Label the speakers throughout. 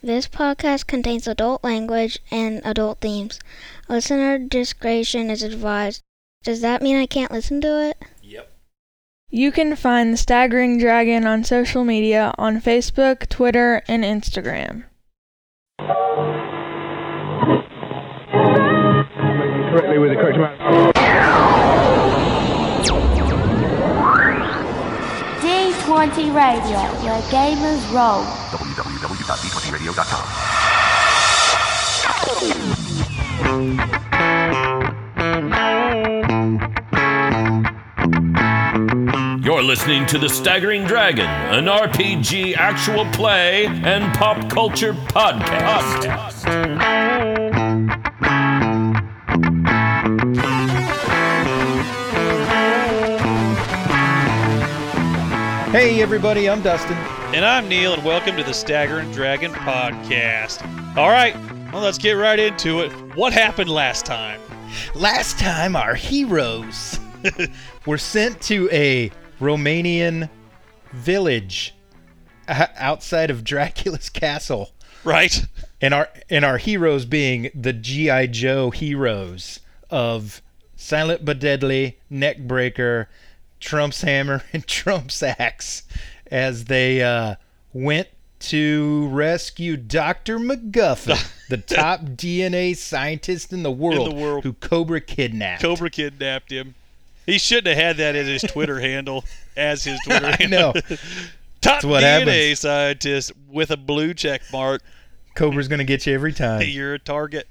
Speaker 1: This podcast contains adult language and adult themes. Listener discretion is advised. Does that mean I can't listen to it?
Speaker 2: Yep.
Speaker 3: You can find The Staggering Dragon on social media on Facebook, Twitter, and Instagram.
Speaker 4: correctly with the correct amount.
Speaker 5: D20 Radio, where gamers roll.
Speaker 6: www.d20radio.com.
Speaker 2: You're listening to The Staggering Dragon, an RPG actual play and pop culture podcast.
Speaker 7: Hey, everybody, I'm Dustin.
Speaker 8: And I'm Neil, and welcome to the Staggering Dragon podcast. All right, well, let's get right into it. What happened last time?
Speaker 7: Last time, our heroes were sent to a Romanian village o- outside of Dracula's castle,
Speaker 8: Right?
Speaker 7: and our and our heroes being the GI Joe heroes of Silent but Deadly, Neckbreaker, Trump's Hammer, and Trump's Axe, as they uh, went to rescue Doctor MacGuffin, the top DNA scientist in the world,
Speaker 8: world.
Speaker 7: who Cobra kidnapped.
Speaker 8: Cobra kidnapped him. He shouldn't have had that as his Twitter handle, as his Twitter
Speaker 7: I
Speaker 8: handle.
Speaker 7: know
Speaker 8: Top
Speaker 7: what
Speaker 8: DNA
Speaker 7: happens.
Speaker 8: scientist with a blue check mark.
Speaker 7: Cobra's gonna get you every time.
Speaker 8: Hey, you're a target.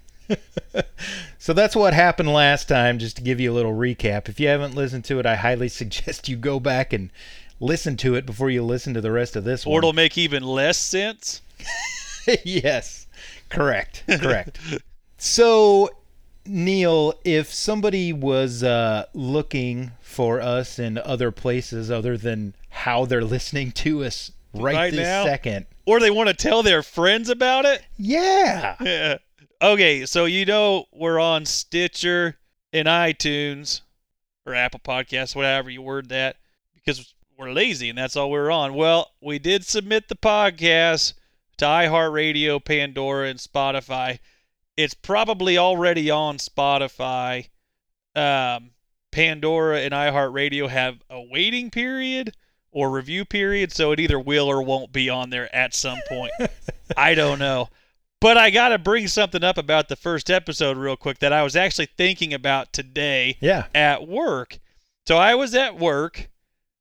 Speaker 7: So that's what happened last time, just to give you a little recap. If you haven't listened to it, I highly suggest you go back and listen to it before you listen to the rest of this
Speaker 8: Or it'll
Speaker 7: one.
Speaker 8: make even less sense.
Speaker 7: yes. Correct. Correct. so, Neil, if somebody was uh, looking for us in other places other than how they're listening to us right,
Speaker 8: Right
Speaker 7: this
Speaker 8: now?
Speaker 7: second,
Speaker 8: Or they want to tell their friends about it.
Speaker 7: yeah.
Speaker 8: Yeah. Okay, so you know we're on Stitcher and iTunes or Apple Podcasts, whatever you word that, because we're lazy and that's all we're on. Well, we did submit the podcast to iHeartRadio, Pandora, and Spotify. It's probably already on Spotify. Um, Pandora and iHeartRadio have a waiting period or review period, so it either will or won't be on there at some point. I don't know. But I got to bring something up about the first episode real quick that I was actually thinking about today
Speaker 7: Yeah.
Speaker 8: at work. So I was at work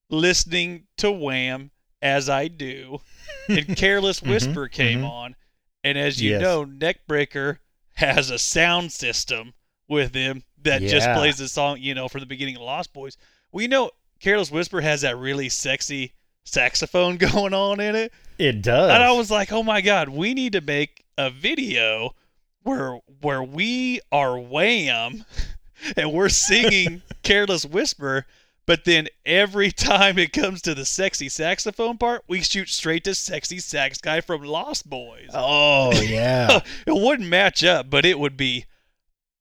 Speaker 8: listening to Wham as I do, and Careless Whisper came
Speaker 7: mhm.
Speaker 8: on. And as you
Speaker 7: Yes.
Speaker 8: know, Neckbreaker has a sound system with him that just
Speaker 7: Yeah.
Speaker 8: plays the song, you know, from the beginning of Lost Boys. We know Careless Whisper has that really sexy saxophone going on in it.
Speaker 7: It does.
Speaker 8: And I was like, "Oh my god, we need to make a video where where we are wham and we're singing Careless Whisper, but then every time it comes to the sexy saxophone part, we shoot straight to sexy sax guy from Lost Boys.
Speaker 7: Oh, yeah.
Speaker 8: It wouldn't match up, but it would be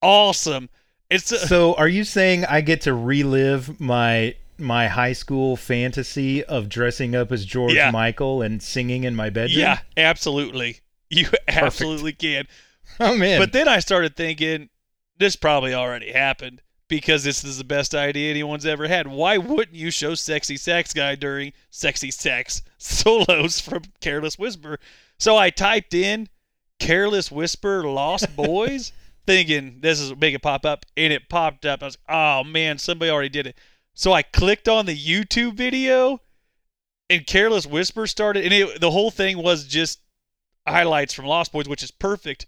Speaker 8: awesome. It's a,
Speaker 7: so are you saying I get to relive my my high school fantasy of dressing up as George
Speaker 8: Yeah.
Speaker 7: Michael and singing in my bedroom?
Speaker 8: yeah, absolutely. You absolutely can.
Speaker 7: I'm in.
Speaker 8: But then I started thinking, this probably already happened because this is the best idea anyone's ever had. Why wouldn't you show Sexy Sax Guy during Sexy Sax solos from Careless Whisper? So I typed in Careless Whisper Lost Boys, thinking this is make it pop up, and it popped up. I was like, oh man, somebody already did it. So I clicked on the YouTube video, and Careless Whisper started, and it, the whole thing was just highlights from Lost Boys, which is perfect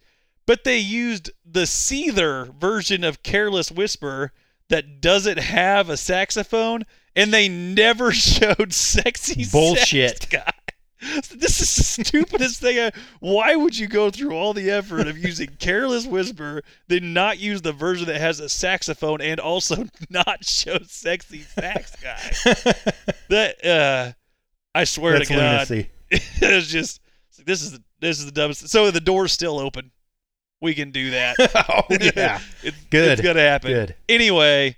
Speaker 8: but they used the Seether version of Careless Whisper that doesn't have a saxophone, and they never showed sexy
Speaker 7: Bullshit.
Speaker 8: sax guy. This is the stupidest thing. I, why would you go through all the effort of using Careless Whisper, then not use the version that has a saxophone, and also not show sexy sax guy? That uh, I swear
Speaker 7: That's
Speaker 8: to God,
Speaker 7: lunacy.
Speaker 8: it's just this is this is the dumbest. So the door's still open. We can do that.
Speaker 7: oh yeah.
Speaker 8: It-
Speaker 7: Good.
Speaker 8: It's gonna happen.
Speaker 7: Good.
Speaker 8: Anyway,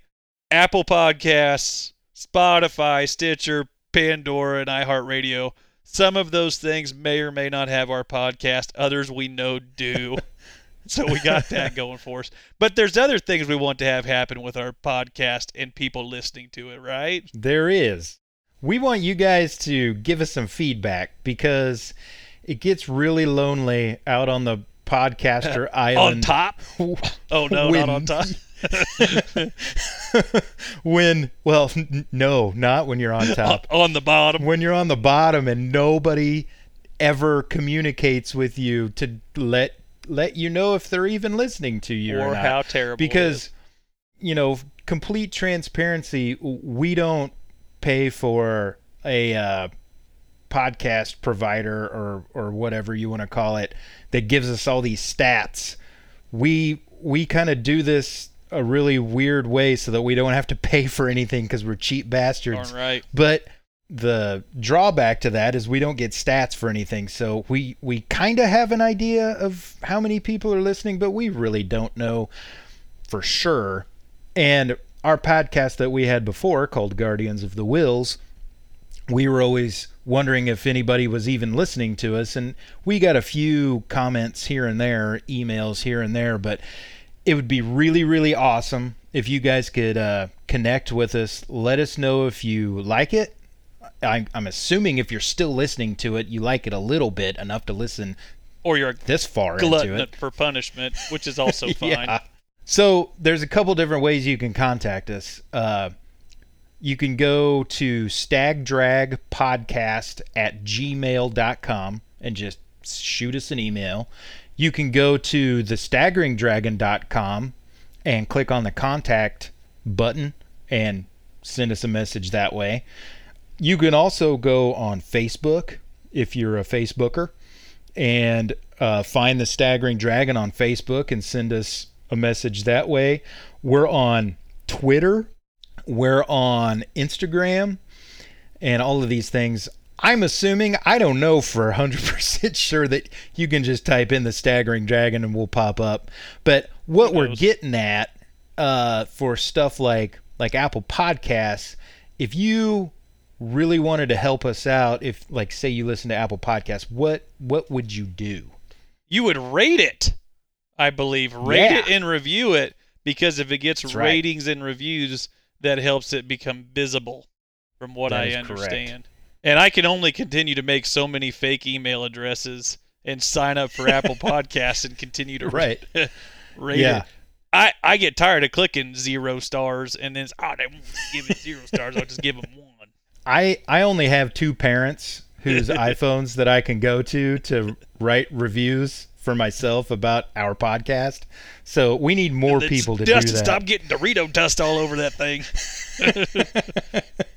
Speaker 8: Apple Podcasts, Spotify, Stitcher, Pandora, and iHeartRadio. Some of those things may or may not have our podcast. Others we know do. so we got that going for us. But there's other things we want to have happen with our podcast and people listening to it, right?
Speaker 7: There is. We want you guys to give us some feedback because it gets really lonely out on the podcaster island.
Speaker 8: on top? Oh no,
Speaker 7: When-
Speaker 8: not on top.
Speaker 7: when, well, n- no, not when you're on
Speaker 8: Oh,
Speaker 7: top.
Speaker 8: on the bottom.
Speaker 7: when you're on the bottom and nobody ever communicates with you to let let you know if they're even listening to you or,
Speaker 8: Or
Speaker 7: not.
Speaker 8: how terrible it
Speaker 7: because
Speaker 8: is.
Speaker 7: you know complete transparency we don't pay for a uh, podcast provider or or whatever you want to call it that gives us all these stats we we kind of do this a really weird way so that we don't have to pay for anything because we're cheap bastards
Speaker 8: Darn right.
Speaker 7: but the drawback to that is we don't get stats for anything. So we we kind of have an idea of how many people are listening, but we really don't know for sure. And our podcast that we had before called Guardians of the Wills, we were always wondering if anybody was even listening to us and we got a few comments here and there, emails here and there, but it would be really really awesome if you guys could uh, connect with us let us know if you like it I'm, I'm assuming if you're still listening to it you like it a little bit enough to listen
Speaker 8: Or you're a
Speaker 7: this far into
Speaker 8: glutton
Speaker 7: it
Speaker 8: for punishment, which is also fine.
Speaker 7: yeah. so there's a couple different ways you can contact us uh, you can go to stagdragpodcast at gmail.com and just shoot us an email you can go to thestaggeringdragon.com and click on the contact button and send us a message that way. You can also go on Facebook if you're a Facebooker and uh, find the Staggering Dragon on Facebook and send us a message that way. We're on Twitter, we're on Instagram, and all of these things. I'm assuming, I don't know for 100% sure that you can just type in the Staggering Dragon and we'll pop up. But what we're getting at uh, for stuff like like Apple Podcasts, if you really wanted to help us out, if like say you listen to Apple Podcasts, what what would you do?
Speaker 8: you would rate it, I believe. Rate
Speaker 7: Yeah.
Speaker 8: it and review it because if it gets
Speaker 7: That's right.
Speaker 8: ratings and reviews, that helps it become visible, from what
Speaker 7: That
Speaker 8: I
Speaker 7: is correct.
Speaker 8: understand. And I can only continue to make so many fake email addresses and sign up for Apple Podcasts and continue to
Speaker 7: Right.
Speaker 8: rate
Speaker 7: Yeah.
Speaker 8: it. I, I get tired of clicking zero stars and then it's, oh they won't give it zero stars I'll just give them one.
Speaker 7: I I only have two parents whose iPhones that I can go to to write reviews for myself about our podcast. So we need more
Speaker 8: Let's-
Speaker 7: people to
Speaker 8: Dustin,
Speaker 7: do that.
Speaker 8: Stop getting Dorito dust all over that thing.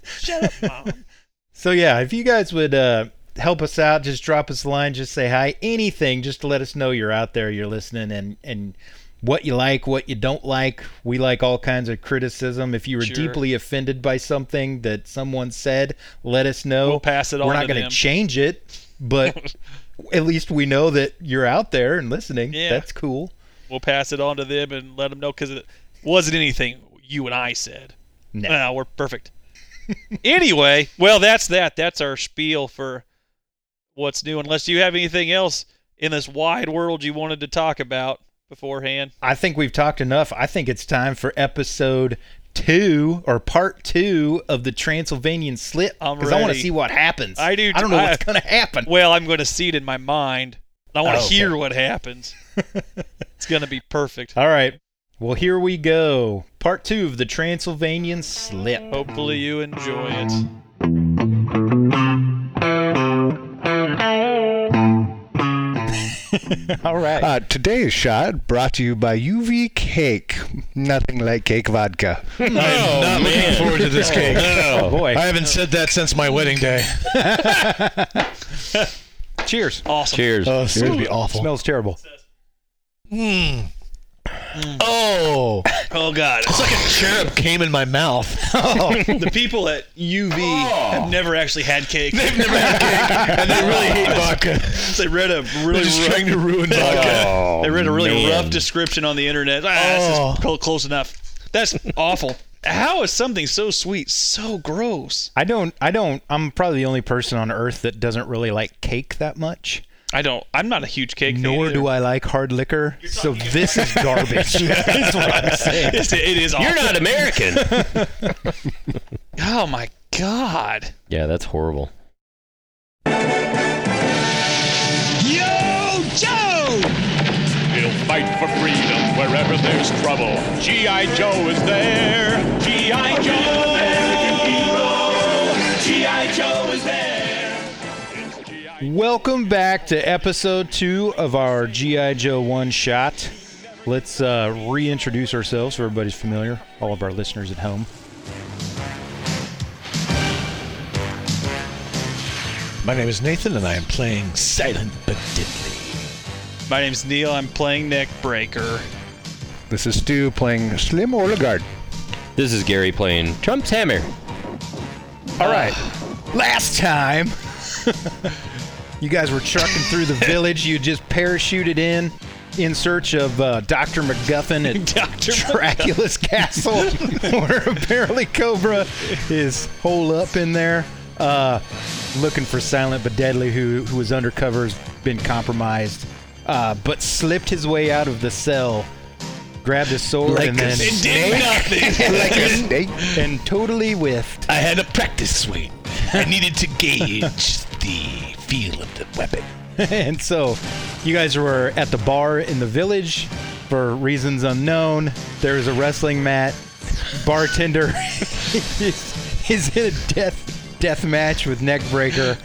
Speaker 8: Shut up, mom.
Speaker 7: So yeah, if you guys would uh, help us out, just drop us a line, just say hi, anything, just to let us know you're out there, you're listening, and and what you like, what you don't like. We like all kinds of criticism. If you were
Speaker 8: Sure.
Speaker 7: deeply offended by something that someone said, let us know.
Speaker 8: We'll pass it on
Speaker 7: We're not
Speaker 8: to
Speaker 7: gonna
Speaker 8: them.
Speaker 7: change it, but at least we know that you're out there and listening.
Speaker 8: Yeah.
Speaker 7: That's cool.
Speaker 8: We'll pass it on to them and let them know because it wasn't anything you and I said.
Speaker 7: No.
Speaker 8: Ah, we're perfect. anyway, well, that's that. That's our spiel for what's new. Unless you have anything else in this wide world you wanted to talk about beforehand.
Speaker 7: I think we've talked enough. I think it's time for episode two or part two of the Transylvanian slip
Speaker 8: I'm
Speaker 7: because I want to
Speaker 8: ready.
Speaker 7: see what happens.
Speaker 8: I do
Speaker 7: I don't know
Speaker 8: too.
Speaker 7: what's
Speaker 8: I-
Speaker 7: going to happen.
Speaker 8: Well, I'm going to see it in my mind. I want to
Speaker 7: Oh, okay.
Speaker 8: hear what happens. it's going to be perfect.
Speaker 7: All right. Well, here we go. Part two of the Transylvanian slip.
Speaker 8: Hopefully, you enjoy it.
Speaker 7: All right.
Speaker 9: Uh, today's shot brought to you by UV Cake. Nothing like cake vodka.
Speaker 10: Hmm. I'm not looking forward to this cake.
Speaker 7: oh boy.
Speaker 10: I haven't said that since my wedding day.
Speaker 7: Cheers.
Speaker 8: Awesome.
Speaker 10: Cheers. Oh, it's gonna be awful.
Speaker 7: Smells terrible. Mm.
Speaker 10: Oh,
Speaker 8: Oh God!
Speaker 10: it's like a cherub came in my mouth. Oh,
Speaker 8: the people at UV have never actually had cake.
Speaker 10: they've never had cake, and they really hate vodka.
Speaker 8: they read a
Speaker 10: They're
Speaker 8: really
Speaker 10: just
Speaker 8: rough,
Speaker 10: trying to ruin vodka.
Speaker 8: they read a really
Speaker 10: man.
Speaker 8: rough description on the internet. Ah, this is
Speaker 10: Oh.
Speaker 8: clo- close enough. That's awful. How is something so sweet so gross?
Speaker 7: I don't. I don't. I'm probably the only person on Earth that doesn't really like cake that much.
Speaker 8: I don't. I'm not a huge cake.
Speaker 7: Nor do I like hard liquor. So this is garbage. That's what I'm saying.
Speaker 8: It's, it is
Speaker 2: You're
Speaker 8: awful.
Speaker 2: not American.
Speaker 8: Oh my god.
Speaker 11: Yeah, that's horrible.
Speaker 8: Yo, Joe.
Speaker 2: We'll fight for freedom wherever there's trouble. G.I. Joe is there. G.I. Joe, American hero. G.I. Joe is there.
Speaker 7: Welcome back to episode two of our GI Joe One Shot. Let's uh, reintroduce ourselves so everybody's familiar. All of our listeners at home.
Speaker 10: My name is Nathan, and I am playing Silent but Deadly.
Speaker 8: My name's Neil. I'm playing Neck Breaker.
Speaker 9: This is Stu playing Slim Olegard.
Speaker 11: This is Gary playing Trump's hammer.
Speaker 7: All right. Last time, you guys were trucking through the village. You just parachuted in in search of uh, Dr. MacGuffin at
Speaker 8: Dr.
Speaker 7: Dracula's castle, where apparently Cobra is hole up in there, uh, looking for Silent but Deadly, who who was undercover, has been compromised, uh, but slipped his way out of the cell, grabbed his sword,
Speaker 10: Like
Speaker 7: and
Speaker 10: a
Speaker 7: then
Speaker 10: snake.
Speaker 8: Did nothing.
Speaker 9: like a snake.
Speaker 7: and totally whiffed.
Speaker 10: I had a practice swing. I needed to gauge the feel of the weapon.
Speaker 7: and so you guys were at the bar in the village for reasons unknown. There was a wrestling mat. Bartender is, is in a death death match with Neckbreaker,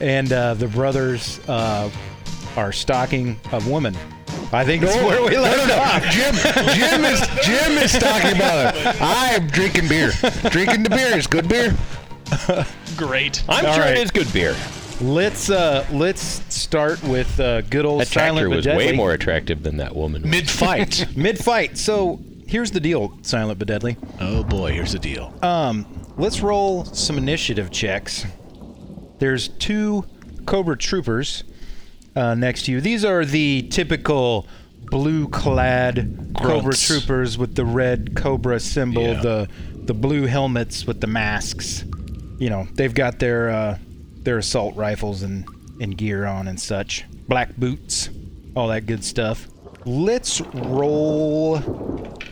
Speaker 7: and uh, the brothers uh, are stalking a woman. I think that's where we left off.
Speaker 9: Jim, Jim is Jim is talking about it. I'm drinking beer. Drinking the beer is good beer.
Speaker 8: Great.
Speaker 11: I'm
Speaker 7: All
Speaker 11: sure
Speaker 7: right.
Speaker 11: it is good beer.
Speaker 7: Let's uh, let's start with uh, good old
Speaker 11: That tractor
Speaker 7: Silent but
Speaker 11: was
Speaker 7: Deadly.
Speaker 11: way more attractive than that woman.
Speaker 10: Mid fight.
Speaker 7: mid fight. So here's the deal, Silent but Deadly.
Speaker 10: oh boy, here's the deal.
Speaker 7: Let's roll some initiative checks. There's two Cobra troopers uh, next to you. These are the typical blue-clad Cobra
Speaker 10: Grunts.
Speaker 7: troopers with the red Cobra symbol,
Speaker 10: Yeah.
Speaker 7: the the blue helmets with the masks. You know, they've got their uh, their assault rifles and and gear on and such. Black boots, all that good stuff. Let's roll.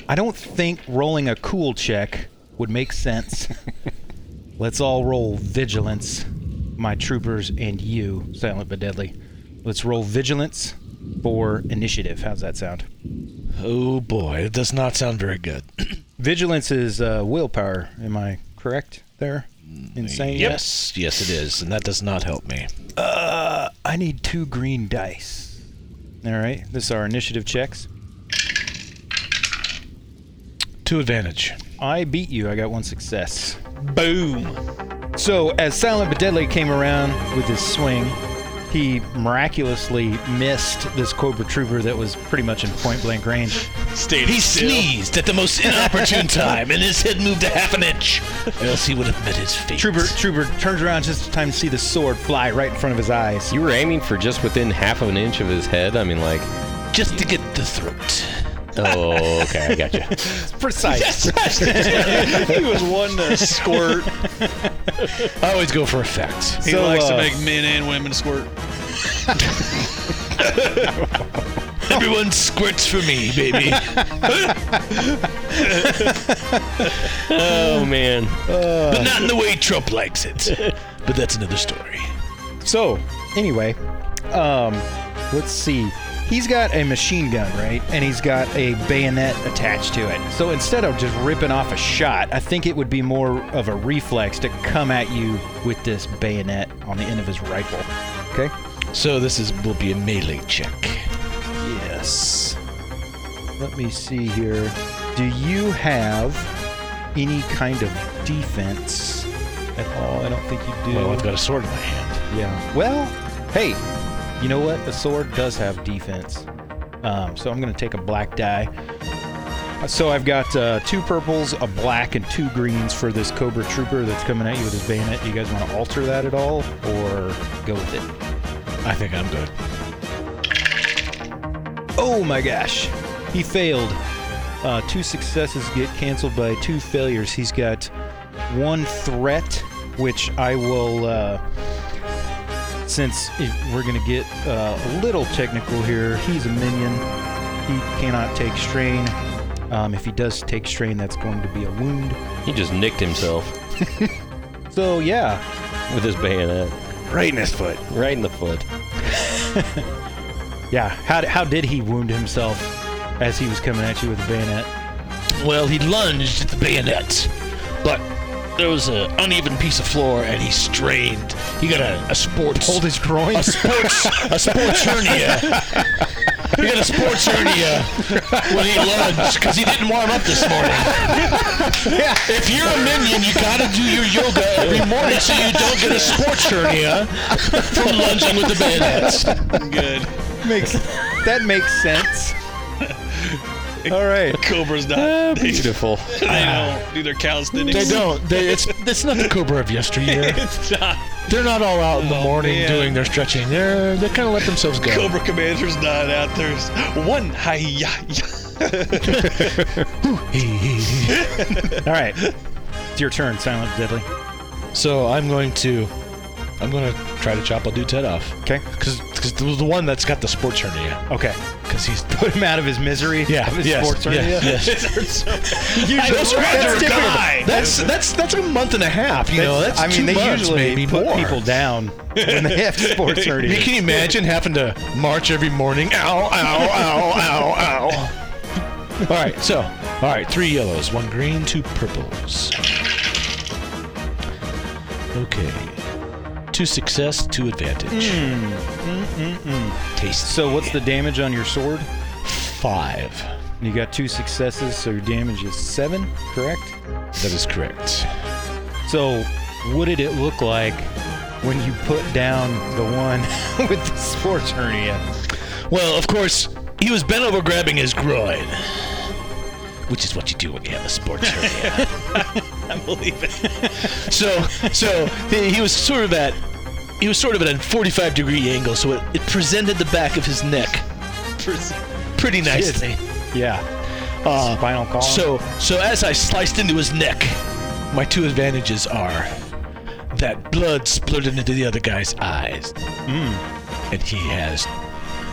Speaker 7: I don't think rolling a cool check would make sense. Let's all roll vigilance, my troopers and you, Silent but Deadly. Let's roll vigilance for initiative. How's that sound?
Speaker 10: Oh boy, it does not sound very good.
Speaker 7: Vigilance is uh, willpower. Am I correct there? Insane.
Speaker 10: Mm, Yes, yes, it is, and that does not help me.
Speaker 7: Uh, I need two green dice. All right. This is our initiative checks.
Speaker 10: To advantage.
Speaker 7: I beat you. I got one success.
Speaker 8: Boom.
Speaker 7: So as Silent but Deadly came around with his swing, he miraculously missed this Cobra Trooper that was pretty much in point blank range.
Speaker 8: Stayed
Speaker 10: He
Speaker 8: still.
Speaker 10: sneezed at the most inopportune time, and his head moved a half an inch, else he would have met his fate.
Speaker 7: Trooper Trooper turns around just in time to see the sword fly right in front of his eyes.
Speaker 11: You were aiming for just within half of an inch of his head. I mean, like,
Speaker 10: just to get the throat.
Speaker 11: oh, okay, I got you.
Speaker 7: Precise.
Speaker 8: he was one to squirt.
Speaker 10: I always go for effect.
Speaker 8: He
Speaker 7: So,
Speaker 8: likes
Speaker 7: uh,
Speaker 8: to make men and women squirt.
Speaker 10: Everyone squirts for me, baby.
Speaker 11: Oh man,
Speaker 10: but not in the way Trump likes it. But that's another story.
Speaker 7: So, anyway, um, let's see. He's got a machine gun, right? And he's got a bayonet attached to it. So instead of just ripping off a shot, I think it would be more of a reflex to come at you with this bayonet on the end of his rifle. Okay?
Speaker 10: So this is will be a melee check.
Speaker 7: Yes. Let me see here. Do you have any kind of defense at all? I don't think you do.
Speaker 10: Well, I've got a sword in my hand.
Speaker 7: Yeah. Well, hey, you know what? A sword does have defense. Um, so I'm going to take a black die. So I've got uh, two purples, a black, and two greens for this Cobra Trooper that's coming at you with his bayonet. Do you guys want to alter that at all or go with it?
Speaker 10: I think I'm good.
Speaker 7: Oh my gosh. He failed. Uh, two successes get canceled by two failures. He's got one threat, which I will. Uh, since if we're going to get uh, a little technical here, he's a minion. He cannot take strain. Um, if he does take strain, that's going to be a wound.
Speaker 11: He just nicked himself
Speaker 7: So, yeah.
Speaker 11: with his bayonet
Speaker 9: Right in his foot.
Speaker 11: right in the foot.
Speaker 7: Yeah. How, how did he wound himself as he was coming at you with a bayonet?
Speaker 10: Well, he lunged at the bayonet, but there was an uneven piece of floor, and he strained. He got a, a sports
Speaker 9: Hold his groin.
Speaker 10: a sports a sports hernia. He got a sports hernia when he lunged because he didn't warm up this morning. If you're a minion, you gotta do your yoga every morning so you don't get a sports hernia from lunging with the bayonets.
Speaker 8: Good.
Speaker 7: makes that makes sense. All right.
Speaker 8: Cobra's
Speaker 10: Ah,
Speaker 8: not. They, they
Speaker 11: Beautiful.
Speaker 8: don't do their
Speaker 10: They
Speaker 8: calisthenics.
Speaker 10: don't. They, it's it's not the Cobra of yesteryear.
Speaker 8: It's not.
Speaker 10: They're not all out in the
Speaker 8: Oh,
Speaker 10: morning
Speaker 8: man.
Speaker 10: doing their stretching. They're they kind of let themselves go.
Speaker 8: Cobra Commander's not out there. It's One hi ya ya.
Speaker 7: All right. It's your turn, Silent Deadly.
Speaker 10: So I'm going to, I'm going to try to chop. I'll do Ted off
Speaker 7: Okay.
Speaker 10: because because the, the one that's got the sports hernia
Speaker 7: Okay.
Speaker 10: because he's
Speaker 7: Put him out of his misery.
Speaker 10: yeah
Speaker 7: Of his
Speaker 10: yes,
Speaker 7: sports hernia.
Speaker 10: yes, yes.
Speaker 8: It hurts so bad.
Speaker 10: I know, that's
Speaker 7: That's different.
Speaker 10: different.
Speaker 8: guy.
Speaker 10: That's that's that's a month and a half. You know, that's
Speaker 7: I mean,
Speaker 10: two
Speaker 7: they
Speaker 10: months,
Speaker 7: usually
Speaker 10: maybe
Speaker 7: put
Speaker 10: more.
Speaker 7: people down when they have sports
Speaker 10: I mean,
Speaker 7: hernia.
Speaker 10: can you imagine having to march every morning? Ow, ow, ow, ow, ow. all right, so, all right, three yellows, one green, two purples. Okay. Two success, two advantage.
Speaker 7: Mm,
Speaker 10: Taste
Speaker 7: So what's the damage on your sword?
Speaker 10: five.
Speaker 7: You got two successes, so your damage is seven, correct?
Speaker 10: That is correct.
Speaker 7: So what did it look like when you put down the one with the sports hernia?
Speaker 10: Well, of course, he was bent over grabbing his groin, which is what you do when you have a sports hernia.
Speaker 8: I believe it.
Speaker 10: so so he he was sort of at he was sort of at a 45 degree angle so it, it presented the back of his neck pretty nicely
Speaker 7: Yeah.
Speaker 10: uh,
Speaker 7: Final call.
Speaker 10: so so as i sliced into his neck my two advantages are that blood splurted into the other guy's eyes
Speaker 7: Hmm.
Speaker 10: and he has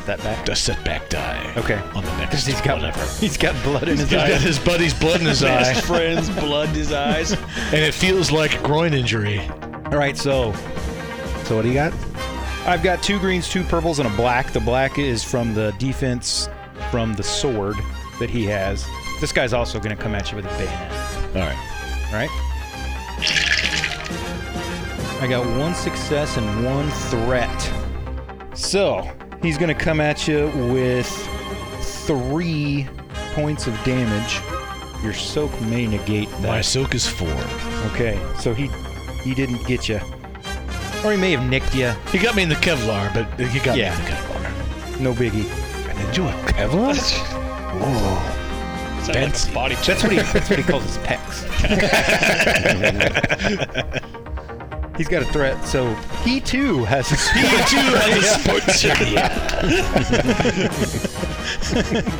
Speaker 7: that back.
Speaker 10: a setback die
Speaker 7: Okay.
Speaker 10: on the next
Speaker 7: Because he's got
Speaker 10: whatever he's
Speaker 7: He's got blood in his
Speaker 10: got
Speaker 7: eye.
Speaker 10: his buddy's blood in his eye
Speaker 8: Best friends, blood in his eyes.
Speaker 10: and it feels like a groin injury
Speaker 7: All right, so
Speaker 9: So what do you got?
Speaker 7: I've got two greens, two purples, and a black. The black is from the defense from the sword that he has. This guy's also going to come at you with a bayonet.
Speaker 10: all right
Speaker 7: All right. I got one success and one threat. So he's going to come at you with three points of damage. Your soak may negate that.
Speaker 10: my soak is four
Speaker 7: Okay, so he he didn't get you, or he may have nicked you.
Speaker 10: He got me in the Kevlar, but he got
Speaker 7: Yeah.
Speaker 10: me in the Kevlar.
Speaker 7: No biggie.
Speaker 10: And then do a Kevlar?
Speaker 8: Sounds
Speaker 10: Fancy.
Speaker 8: like a body check.
Speaker 7: That's what he, that's what he calls his pecs. He's got a threat, so he too has a speed.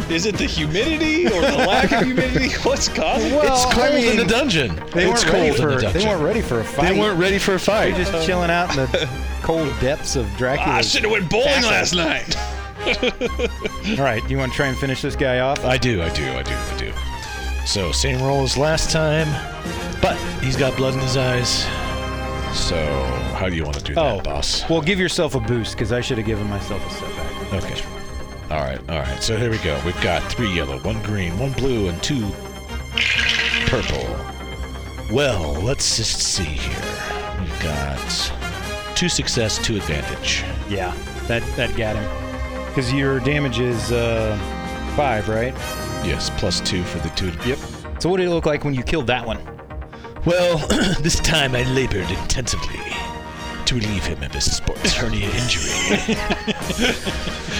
Speaker 8: Is it the humidity or the lack of humidity? What's causing it?
Speaker 10: it's cold in the dungeon.
Speaker 7: They
Speaker 10: it's
Speaker 7: weren't
Speaker 10: cold
Speaker 7: ready
Speaker 10: in the
Speaker 7: for
Speaker 10: dungeon.
Speaker 7: they weren't ready for a fight.
Speaker 10: They weren't ready for a fight.
Speaker 7: They're just chilling out in the cold depths of
Speaker 8: Ah, I
Speaker 7: Dracula's.
Speaker 8: should have went bowling last night.
Speaker 7: All right, you want to try and finish this guy off?
Speaker 10: I do, I do, I do, I do. So same roll as last time, but he's got blood in his eyes. So how do you want to do
Speaker 7: Oh,
Speaker 10: that, boss?
Speaker 7: Well, give yourself a boost because I should have given myself a setback.
Speaker 10: Okay. All right, all right. So here we go. We've got three yellow, one green, one blue, and two purple. Well, let's just see here. We've got two success, two advantage.
Speaker 7: Yeah, that that got him. Because your damage is uh, five, right?
Speaker 10: Yes, plus two for the two. Yep.
Speaker 7: So what did it look like when you killed that one?
Speaker 10: Well, this time I labored intensively to relieve him of his sports hernia injury.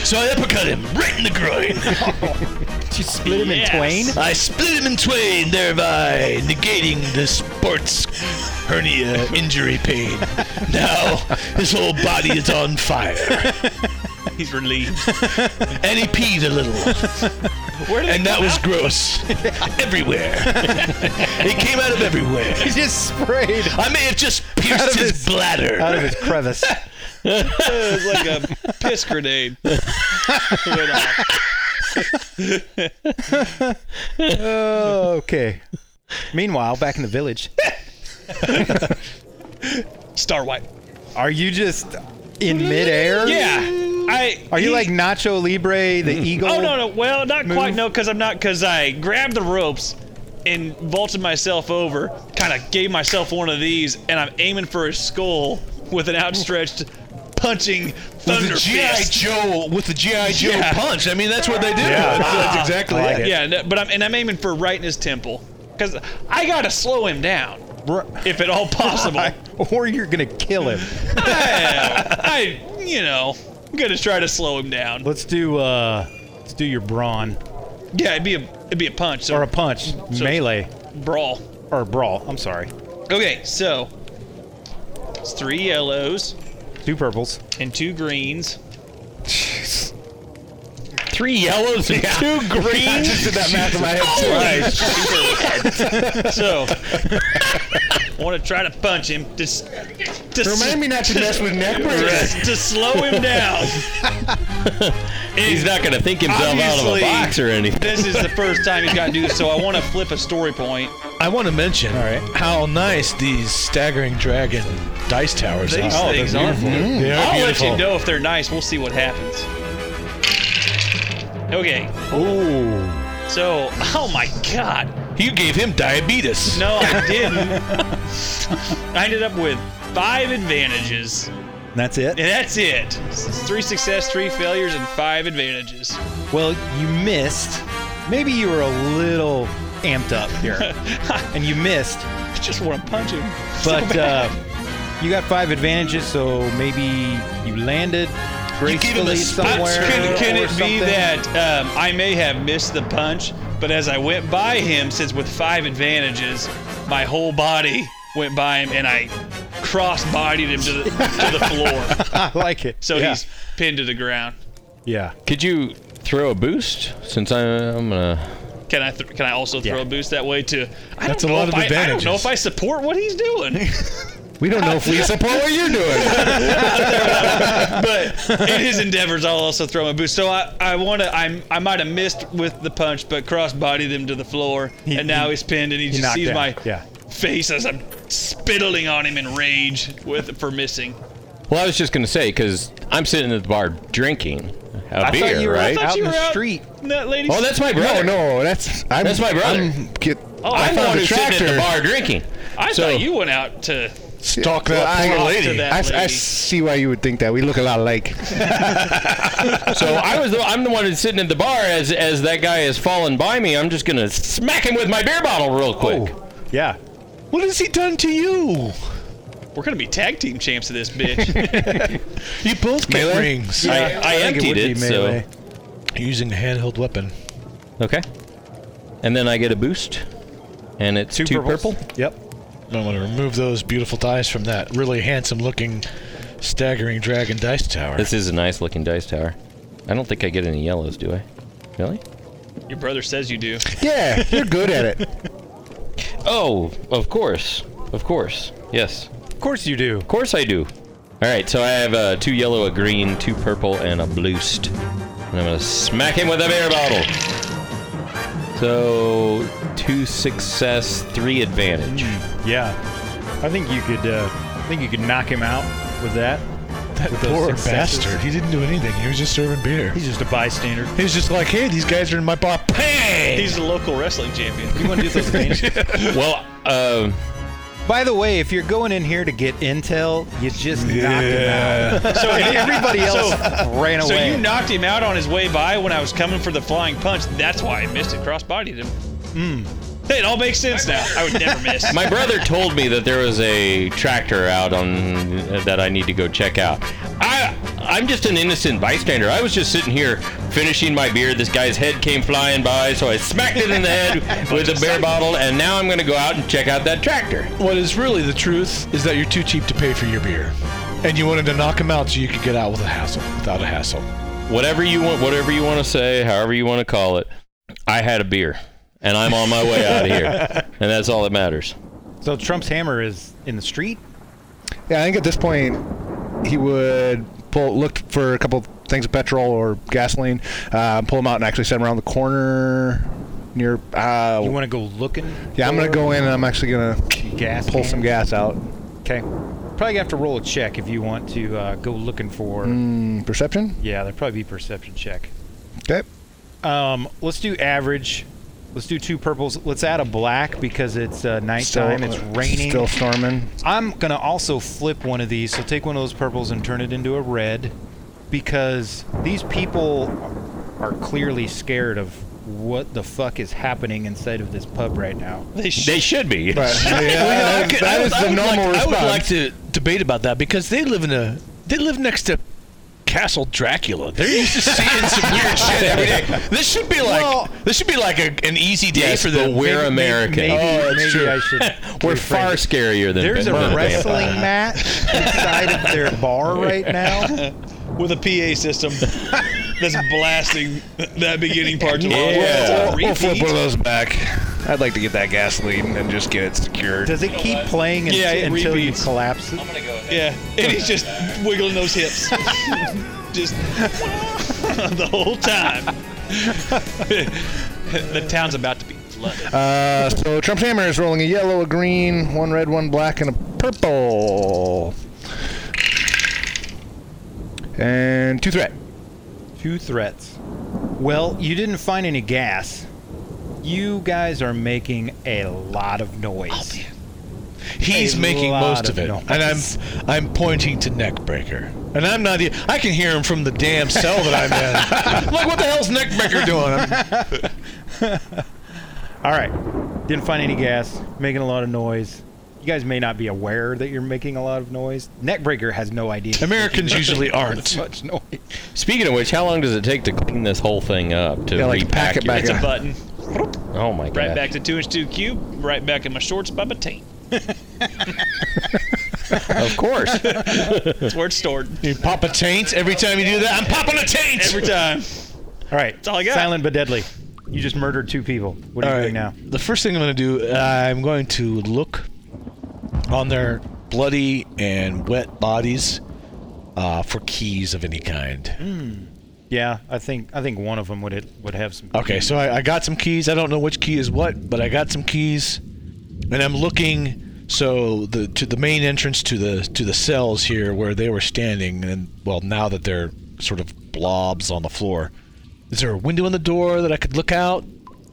Speaker 10: so I uppercut him right in the groin.
Speaker 7: You split him
Speaker 8: Yes.
Speaker 7: in twain.
Speaker 10: I split him in twain, thereby negating the sports hernia injury pain. Now his whole body is on fire.
Speaker 8: He's relieved.
Speaker 10: and he peed a little. and that was gross. everywhere. it came out of everywhere.
Speaker 7: He just sprayed.
Speaker 10: I may have just pierced his, bladder.
Speaker 7: out of his crevice.
Speaker 8: it was like a piss grenade. Went off.
Speaker 7: Oh, okay. Meanwhile, back in the village,
Speaker 8: Star White.
Speaker 7: are you just in midair?
Speaker 8: Yeah. I.
Speaker 7: Are you
Speaker 8: he-
Speaker 7: like Nacho Libre, the eagle?
Speaker 8: Oh no no. Well, not quite.
Speaker 7: move?
Speaker 8: No, because I'm not. Because I grabbed the ropes and vaulted myself over. Kind of gave myself one of these, and I'm aiming for his skull with an outstretched, punching
Speaker 10: With
Speaker 8: thunder
Speaker 10: the GI
Speaker 8: fist.
Speaker 10: Joe, with the GI Joe
Speaker 8: Yeah.
Speaker 10: punch. I mean, that's what they did.
Speaker 7: Yeah.
Speaker 10: with it. That's exactly
Speaker 7: I like
Speaker 10: it.
Speaker 7: it.
Speaker 8: Yeah, no, but I'm and I'm aiming for right in his temple, because I gotta slow him down
Speaker 7: no.
Speaker 8: if at all possible. I,
Speaker 7: Or you're gonna kill him.
Speaker 8: I, you know, I'm gonna try to slow him down.
Speaker 7: Let's do uh, let's do your brawn
Speaker 8: Yeah, it'd be a it'd be a punch
Speaker 7: or
Speaker 8: or
Speaker 7: a punch melee
Speaker 8: brawl.
Speaker 7: or brawl. I'm sorry,
Speaker 8: Okay, so it's three yellows
Speaker 7: two purples.
Speaker 8: and two greens.
Speaker 10: Three yellows and two greens. I just did that math in my head twice.
Speaker 8: So I want to try to punch him. Just, just
Speaker 9: Remind me not to mess with neck breakers.
Speaker 8: just to slow him down.
Speaker 11: He's not going to think himself out of
Speaker 8: Obviously-
Speaker 11: a box or anything.
Speaker 8: This is the first time he's got to do this, so I want to flip a story point.
Speaker 10: I want to mention
Speaker 7: right.
Speaker 10: how nice these staggering dragon dice towers
Speaker 8: These
Speaker 10: are.
Speaker 8: things are.
Speaker 10: They are
Speaker 8: I'll
Speaker 10: beautiful.
Speaker 8: let you know if they're nice. We'll see what happens. Okay,
Speaker 7: Ooh.
Speaker 8: so oh my god.
Speaker 10: You gave him diabetes.
Speaker 8: No, I didn't. I ended up with five advantages, and
Speaker 7: That's it.
Speaker 8: that's it. It's three success, three failures, and five advantages.
Speaker 7: Well, you missed. Maybe you were a little amped up here, and you missed.
Speaker 8: I just want to punch him.
Speaker 7: But uh, you got five advantages, so maybe you landed
Speaker 10: gave him
Speaker 7: gracefully
Speaker 10: a spot
Speaker 7: somewhere.
Speaker 8: can, can
Speaker 7: or
Speaker 8: it be
Speaker 7: something.
Speaker 8: that um, I may have missed the punch, but as I went by him, since with five advantages, my whole body went by him, and I cross-bodied him to the, to the floor,
Speaker 7: I like it.
Speaker 8: so
Speaker 7: yeah.
Speaker 8: he's pinned to the ground.
Speaker 7: yeah.
Speaker 11: Could you throw a boost? Since I, I'm going to.
Speaker 8: Can I th- can I also throw
Speaker 7: Yeah.
Speaker 8: a boost that way too? I
Speaker 10: That's
Speaker 8: don't
Speaker 10: a
Speaker 8: know
Speaker 10: lot
Speaker 8: if
Speaker 10: of
Speaker 8: I- I don't know
Speaker 10: advantages.
Speaker 8: if I support what he's doing.
Speaker 9: We don't know if we support what you're doing.
Speaker 8: but in his endeavors, I'll also throw him a boost. So I, I want to. I, I might have missed with the punch, but cross-bodied him to the floor,
Speaker 7: He-
Speaker 8: and now he's pinned, and he,
Speaker 7: He
Speaker 8: just
Speaker 7: knocked
Speaker 8: sees
Speaker 7: down.
Speaker 8: my
Speaker 7: Yeah.
Speaker 8: face as I'm spittling on him in rage with for missing.
Speaker 11: Well, I was just going to say, because I'm sitting at the bar drinking a
Speaker 7: I
Speaker 11: beer,
Speaker 7: thought you were
Speaker 11: right?
Speaker 8: I thought
Speaker 7: out
Speaker 8: you
Speaker 7: in
Speaker 8: were
Speaker 7: the
Speaker 8: out-
Speaker 7: street.
Speaker 8: That lady.
Speaker 11: Oh, that's my
Speaker 9: No,
Speaker 11: brother.
Speaker 9: no, that's I'm,
Speaker 11: That's my brother.
Speaker 9: I'm get,
Speaker 8: Oh,
Speaker 9: I
Speaker 8: I'm
Speaker 11: I'm the one
Speaker 9: found a
Speaker 11: who's sitting at
Speaker 9: tractor.
Speaker 11: the bar drinking.
Speaker 8: I
Speaker 11: so-
Speaker 8: thought you went out to.
Speaker 10: Stalk that
Speaker 9: I-
Speaker 10: poor
Speaker 9: I-
Speaker 10: lady.
Speaker 8: that
Speaker 9: I, I
Speaker 8: lady.
Speaker 9: see why you would think that. We look a lot alike.
Speaker 11: So I was the, I'm the one that's sitting at the bar as as that guy is falling by me. I'm just gonna smack him with my beer bottle real quick.
Speaker 7: Yeah.
Speaker 10: What has he done to you?
Speaker 8: We're gonna be tag team champs of this bitch.
Speaker 10: You both get
Speaker 9: Melee?
Speaker 10: rings.
Speaker 11: I,
Speaker 7: I
Speaker 11: I
Speaker 7: think
Speaker 11: emptied
Speaker 7: would be
Speaker 11: it, so
Speaker 7: melee.
Speaker 10: Using a handheld weapon.
Speaker 11: okay. And then I get a boost, and it's two,
Speaker 7: purples.
Speaker 11: purple.
Speaker 7: Yep.
Speaker 10: I want to remove those beautiful dice from that really handsome looking staggering dragon dice tower.
Speaker 11: This is a nice looking dice tower. I don't think I get any yellows, do I? Really?
Speaker 8: Your brother says you do.
Speaker 9: Yeah, you're good at it.
Speaker 11: Oh, of course, of course, yes,
Speaker 7: Of course you do.
Speaker 11: of course I do. All right, so I have uh, two yellow, a green, two purple, and a bluest, and I'm gonna smack him with a beer bottle. So two success, three advantage.
Speaker 7: Yeah. I think you could. Uh, I think you could knock him out with that.
Speaker 10: that
Speaker 7: with those
Speaker 10: poor
Speaker 7: successes.
Speaker 10: bastard. He didn't do anything. He was just serving beer.
Speaker 7: He's just a bystander.
Speaker 10: He was just like, hey, these guys are in my bar. Bang!
Speaker 8: He's a local wrestling champion.
Speaker 7: You want to do those things?
Speaker 11: Well, uh,
Speaker 7: By the way, if you're going in here to get intel, you just knock him out.
Speaker 10: yeah.
Speaker 8: So
Speaker 7: Everybody else ran away.
Speaker 8: So you knocked him out on his way by when I was coming for the flying punch. That's why I missed it. Crossbodied him. Hmm. Hey, it all makes sense now. I would never miss.
Speaker 11: my brother told me that there was a tractor out on that I need to go check out. I I'm just an innocent bystander. I was just sitting here finishing my beer. This guy's head came flying by, so I smacked it in the head with a beer bottle, and now I'm gonna go out and check out that tractor.
Speaker 10: What is really the truth is that you're too cheap to pay for your beer. And you wanted to knock him out so you could get out with a hassle, without a hassle.
Speaker 11: whatever you want, whatever you want to say, however you want to call it. I had a beer, and I'm on my way out of here, and that's all that matters.
Speaker 7: So Trump's hammer is in the street.
Speaker 9: Yeah, I think at this point he would pull look for a couple things of petrol or gasoline, uh, pull them out and actually set them around the corner near. Uh,
Speaker 7: You want to go looking?
Speaker 9: yeah, I'm gonna go in and I'm actually gonna
Speaker 7: Gas
Speaker 9: pull
Speaker 7: can?
Speaker 9: some gas out.
Speaker 7: Okay. Probably have to roll a check if you want to uh, go looking for.
Speaker 9: Mm, perception.
Speaker 7: Yeah, there'd probably be perception check.
Speaker 9: Okay.
Speaker 7: Um, let's do average. Let's do two purples. Let's add a black because it's uh, nighttime. it's raining.
Speaker 9: Still storming.
Speaker 7: I'm gonna also flip one of these. So take one of those purples and turn it into a red, because these people are clearly scared of what the fuck is happening inside of this pub right now.
Speaker 8: They sh-
Speaker 11: They should be.
Speaker 9: But, yeah, that is- that is the normal
Speaker 10: like,
Speaker 9: response.
Speaker 10: I would like to debate about that because they live in a they live next to Castle Dracula. They're used to seeing some weird shit every day. This should be like this should be like a, an easy day
Speaker 11: Yes,
Speaker 10: for them.
Speaker 11: but we're American.
Speaker 7: Maybe,
Speaker 11: Oh,
Speaker 7: maybe I should.
Speaker 11: We're
Speaker 7: reframe
Speaker 11: far
Speaker 7: it.
Speaker 11: scarier than
Speaker 7: There's a
Speaker 11: than the
Speaker 7: wrestling
Speaker 11: vampire.
Speaker 7: match inside of their bar right now.
Speaker 8: with a PA system that's blasting that beginning part to
Speaker 11: Yeah.
Speaker 8: yeah.
Speaker 9: We'll flip one of those back. I'd like to get that gasoline and just get it secured.
Speaker 7: Does it keep playing
Speaker 8: Yeah,
Speaker 7: until-
Speaker 8: it
Speaker 7: until you
Speaker 8: repeats.
Speaker 7: collapse? it?
Speaker 8: Yeah, and he's just wiggling those hips, just the whole time. the town's about to be flooded.
Speaker 9: Uh, so Trump's hammer is rolling a yellow, a green, one red, one black, and a purple. And two threat.
Speaker 7: Two threats. Well, you didn't find any gas. You guys are making a lot of noise.
Speaker 10: He's
Speaker 7: A
Speaker 10: making
Speaker 7: lot
Speaker 10: most of
Speaker 7: of
Speaker 10: it,
Speaker 7: noise.
Speaker 10: and I'm I'm pointing to Neckbreaker, and I'm not. e- I can hear him from the damn cell that I'm in. I'm like, what the hell's Neckbreaker doing? I'm-
Speaker 7: All right. Didn't find any gas. Making a lot of noise. You guys may not be aware that you're making a lot of noise. Neckbreaker has no idea.
Speaker 10: Americans usually aren't.
Speaker 7: Much noise.
Speaker 11: Speaking of which, how long does it take to clean this whole thing up to
Speaker 9: Yeah, like,
Speaker 11: repack
Speaker 9: pack it back
Speaker 11: your-
Speaker 8: It's a
Speaker 9: up.
Speaker 8: button.
Speaker 11: Oh my god!
Speaker 8: Right back to two inch two cube. Right back in my shorts by my taint.
Speaker 11: Of course.
Speaker 8: That's where it's stored
Speaker 10: You pop a taint every time you do that. I'm popping a taint.
Speaker 8: every time.
Speaker 7: All right.
Speaker 8: all I got.
Speaker 7: Silent but deadly. You just murdered two people. What are you
Speaker 10: All
Speaker 7: doing now?
Speaker 10: right, The first thing I'm going to do, uh, I'm going to look on their bloody and wet bodies uh, for keys of any kind.
Speaker 7: Hmm. Yeah, I think I think one of them would it, would have some.
Speaker 10: Okay, so I, I got some keys. I don't know which key is what, but I got some keys, and I'm looking. So the to the main entrance to the to the cells here where they were standing, and well, now that they're sort of blobs on the floor, is there a window in the door that I could look out?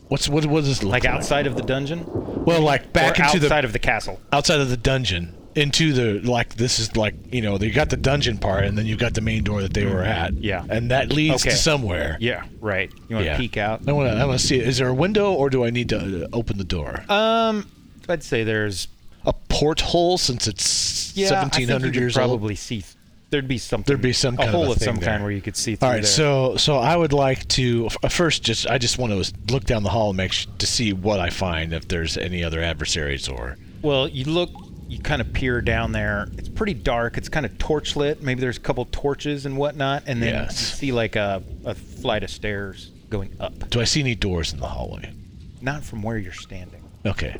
Speaker 10: What's what what does it look
Speaker 7: Like
Speaker 10: like?
Speaker 7: outside of the dungeon,
Speaker 10: Well, like back
Speaker 7: or
Speaker 10: into the
Speaker 7: outside of the castle.
Speaker 10: outside of the dungeon into the like this is like you know they got the dungeon part and then you got the main door that they were at
Speaker 7: Mm-hmm. Yeah.
Speaker 10: and that leads
Speaker 7: Okay.
Speaker 10: to somewhere
Speaker 7: Yeah, right. You want to
Speaker 10: Yeah.
Speaker 7: peek out?
Speaker 10: i want to i want to see is there a window or do i need to uh, open the door
Speaker 7: Um, I'd say there's
Speaker 10: a porthole since it's
Speaker 7: yeah, I think you
Speaker 10: 1700
Speaker 7: could
Speaker 10: years old
Speaker 7: probably see. There'd be something.
Speaker 10: There'd be some kind
Speaker 7: a
Speaker 10: of
Speaker 7: hole
Speaker 10: a
Speaker 7: of,
Speaker 10: thing
Speaker 7: some kind
Speaker 10: there.
Speaker 7: where you could see. Through
Speaker 10: all right
Speaker 7: there.
Speaker 10: so so i would like to f- uh, first just i just want to look down the hall and make sh- to see what i find if there's any other adversaries or
Speaker 7: Well, you look, you kind of peer down there. It's pretty dark. It's kind of torch lit. Maybe there's a couple torches and whatnot, and then
Speaker 10: Yes.
Speaker 7: you see like a, a flight of stairs going up.
Speaker 10: do i see any doors in the hallway
Speaker 7: Not from where you're standing.
Speaker 10: Okay.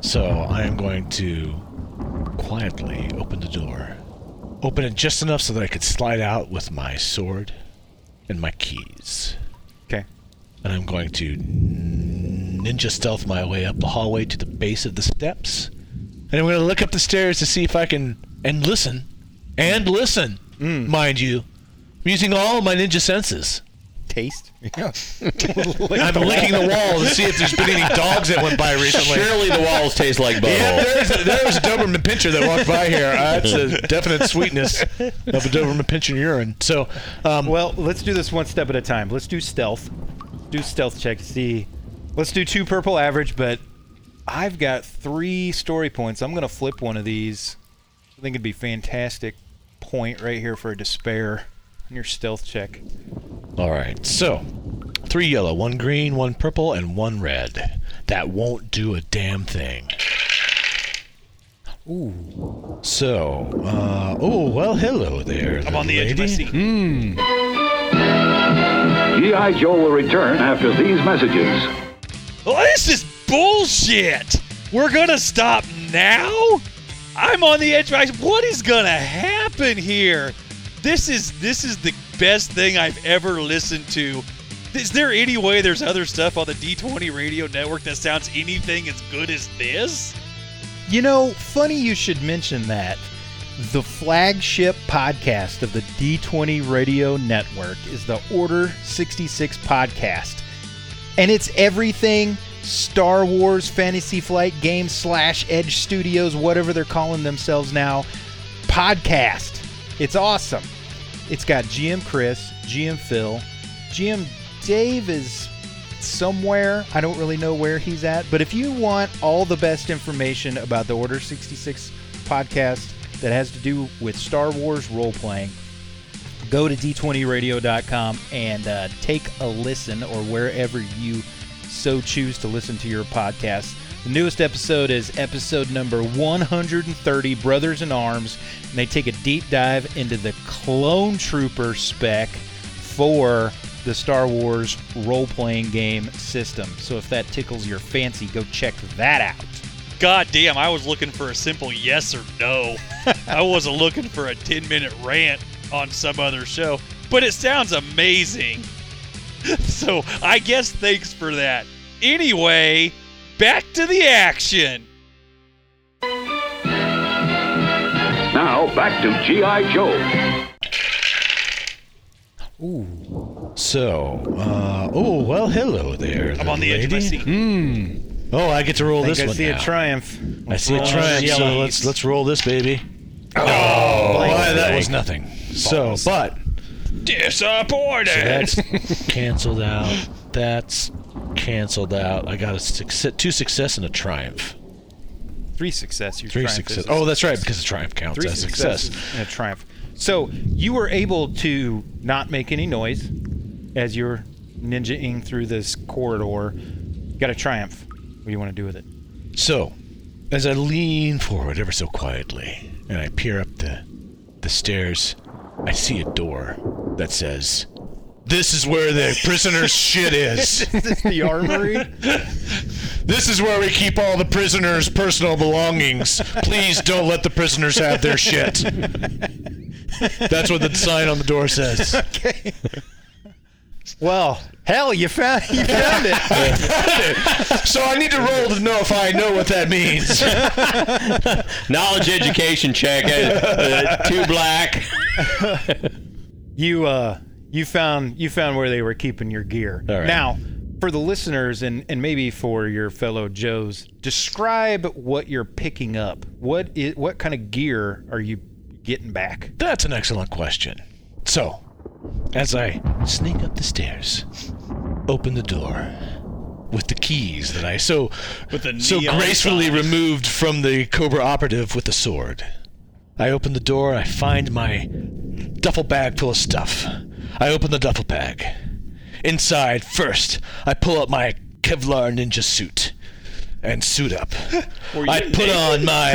Speaker 10: So I am going to quietly open the door. Open it just enough so that I could slide out with my sword and my keys.
Speaker 7: Okay.
Speaker 10: And I'm going to ninja stealth my way up the hallway to the base of the steps. And I'm going to look up the stairs to see if I can. And listen. And listen, mind you. I'm using all my ninja senses.
Speaker 7: Taste.
Speaker 10: I'm licking the wall to see if there's been any dogs that went by recently.
Speaker 11: Surely the walls taste like
Speaker 8: Oh.
Speaker 10: Yeah,
Speaker 11: butthole.
Speaker 10: there's a, there's a Doberman pincher that walked by here. Uh, that's a definite sweetness of a Doberman pincher urine. So, um,
Speaker 7: Well, let's do this one step at a time. Let's do stealth. Do stealth check to see. Let's do two purple average, but I've got three story points. I'm gonna flip one of these. I think it'd be fantastic point right here for a despair on your stealth check.
Speaker 10: all right. So, three yellow, one green, one purple, and one red. That won't do a damn thing. Ooh. So, uh, oh well, hello there.
Speaker 8: I'm on the edge of my
Speaker 10: lady. Hmm.
Speaker 8: seat.
Speaker 12: G.I. Joe will return after these messages.
Speaker 8: Well, Oh, this is bullshit. We're gonna stop now. I'm on the edge. Right, what is gonna happen here? This is this is the best thing I've ever listened to. Is there any way there's other stuff on the D20 radio network that sounds anything as good as this?
Speaker 7: You know, funny you should mention that. The flagship podcast of the D20 Radio Network is the Order 66 podcast. And it's everything Star Wars, Fantasy Flight, Game Slash, Edge Studios, whatever they're calling themselves now, podcast. It's awesome. It's got GM Chris, GM Phil, GM Dave is somewhere. I don't really know where he's at. But if you want all the best information about the Order 66 podcast that has to do with Star Wars role playing, go to d20radio.com and uh, take a listen or wherever you so choose to listen to your podcast. The newest episode is episode number 130, Brothers in Arms, and they take a deep dive into the clone trooper spec for the Star Wars role playing game system. So if that tickles your fancy, go check that out.
Speaker 8: God damn, I was looking for a simple yes or no. I wasn't looking for a 10 minute rant on some other show, but it sounds amazing. So I guess thanks for that. Anyway, back to the action.
Speaker 12: Now back to G.I. Joe.
Speaker 10: Ooh. So, uh, oh well, hello there.
Speaker 8: I'm on the edge of my seat.
Speaker 10: Hmm. Oh, I get to roll
Speaker 7: Think
Speaker 10: this
Speaker 7: I
Speaker 10: one.
Speaker 7: see a
Speaker 10: now.
Speaker 7: triumph.
Speaker 10: I see a
Speaker 7: Oh,
Speaker 10: triumph.
Speaker 7: jeez.
Speaker 10: So let's let's roll this baby. Oh, why, that was nothing. So, but
Speaker 8: Disappointed.
Speaker 10: so that's canceled out. That's canceled out. I got a success, two success and a triumph.
Speaker 7: Three success. Your
Speaker 10: Three
Speaker 7: triumph
Speaker 10: success.
Speaker 7: is-
Speaker 10: Oh, that's right, because the triumph counts
Speaker 7: Three
Speaker 10: as
Speaker 7: success
Speaker 10: success.
Speaker 7: and a triumph. So you were able to not make any noise as you're ninjaing through this corridor. Got a triumph. What do you want to do with it?
Speaker 10: So, as I lean forward ever so quietly and I peer up the the stairs, I see a door that says, "This is where the prisoner's shit is."
Speaker 7: Is the armory?
Speaker 10: This is where we keep all the prisoners' personal belongings. Please don't let the prisoners have their shit. That's what the sign on the door says.
Speaker 7: Okay. Well, hell, you found you found it.
Speaker 10: So I need to roll to know if I know what that means.
Speaker 11: Knowledge education check. Uh, uh, two black.
Speaker 7: you uh you found you found where they were keeping your gear.
Speaker 11: All right.
Speaker 7: Now, for the listeners and and maybe for your fellow Joes, describe what you're picking up. What is what kind of gear are you getting back?
Speaker 10: That's an excellent question. So, as I sneak up the stairs, open the door with the keys that I so
Speaker 8: With the
Speaker 10: so
Speaker 8: neon
Speaker 10: gracefully
Speaker 8: sign.
Speaker 10: removed from the Cobra operative with the sword. I open the door. I find my duffel bag full of stuff. I open the duffel bag. Inside, first, I pull up my Kevlar ninja suit and suit up. I put on my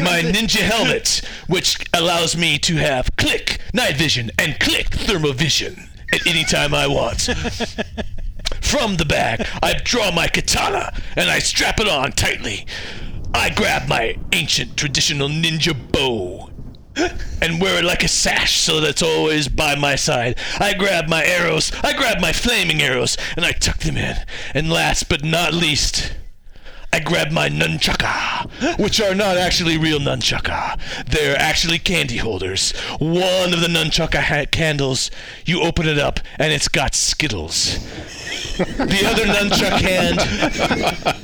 Speaker 10: my ninja helmet, which allows me to have click night vision and click thermal vision at any time I want. From the bag, I draw my katana and I strap it on tightly. I grab my ancient traditional ninja bow and wear it like a sash so that's always by my side. I grab my arrows, I grab my flaming arrows, and I tuck them in. And last but not least, I grab my nunchaka, which are not actually real nunchaka. They're actually candy holders. One of the nunchaka ha- candles, you open it up and it's got Skittles. The other nunchuck hand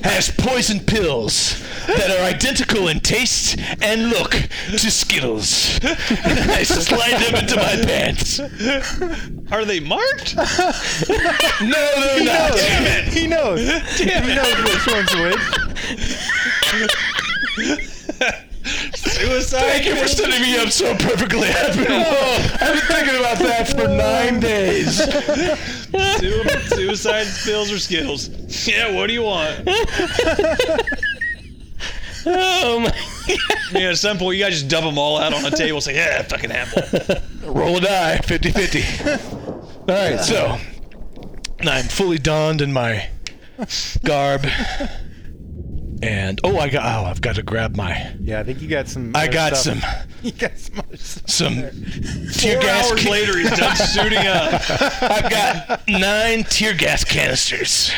Speaker 10: has poison pills that are identical in taste and look to Skittles. And I slide them into my pants.
Speaker 8: Are they marked?
Speaker 10: No, they're not.
Speaker 7: He knows. He knows which one's which.
Speaker 8: Suicide.
Speaker 10: Thank you for setting me up so perfectly. I've been, I've been Oh, thinking about that for nine days.
Speaker 8: Su- Suicide pills or Skittles? Yeah, what do you want?
Speaker 11: Oh my!
Speaker 8: yeah, at some point you guys just dump them all out on the table. and Say, yeah, fucking apple.
Speaker 10: Roll a die, 50 50. All right, so I'm fully donned in my garb. And oh, I got oh, I've got to grab my
Speaker 7: Yeah, I think you got some.
Speaker 10: I
Speaker 7: other
Speaker 10: got
Speaker 7: stuff.
Speaker 10: some
Speaker 7: You got some. other stuff
Speaker 10: some
Speaker 7: there.
Speaker 10: tear
Speaker 8: Four
Speaker 10: gas
Speaker 8: hours
Speaker 10: ca-
Speaker 8: later, he's done suiting up.
Speaker 10: I've got nine tear gas canisters,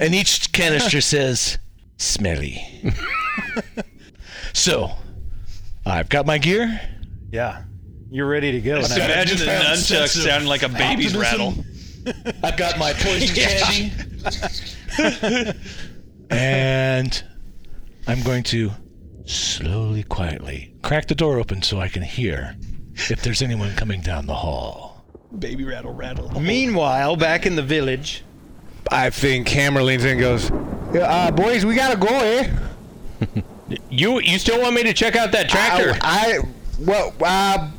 Speaker 10: and each canister says "smelly." so I've got my gear.
Speaker 7: Yeah, you're ready to go.
Speaker 8: Just
Speaker 7: now.
Speaker 8: imagine the
Speaker 10: Found
Speaker 8: nunchuck
Speaker 10: sense of
Speaker 8: sounding like a baby's
Speaker 10: optimism.
Speaker 8: rattle.
Speaker 10: I've got my poison candy. and I'm going to slowly, quietly crack the door open so I can hear if there's anyone coming down the hall.
Speaker 8: Baby rattle rattle.
Speaker 7: Meanwhile, back in the village,
Speaker 10: I think Hammer leans in and goes, uh, boys, we gotta go, eh?
Speaker 11: You you still want me to check out that tractor?
Speaker 10: I, well, uh,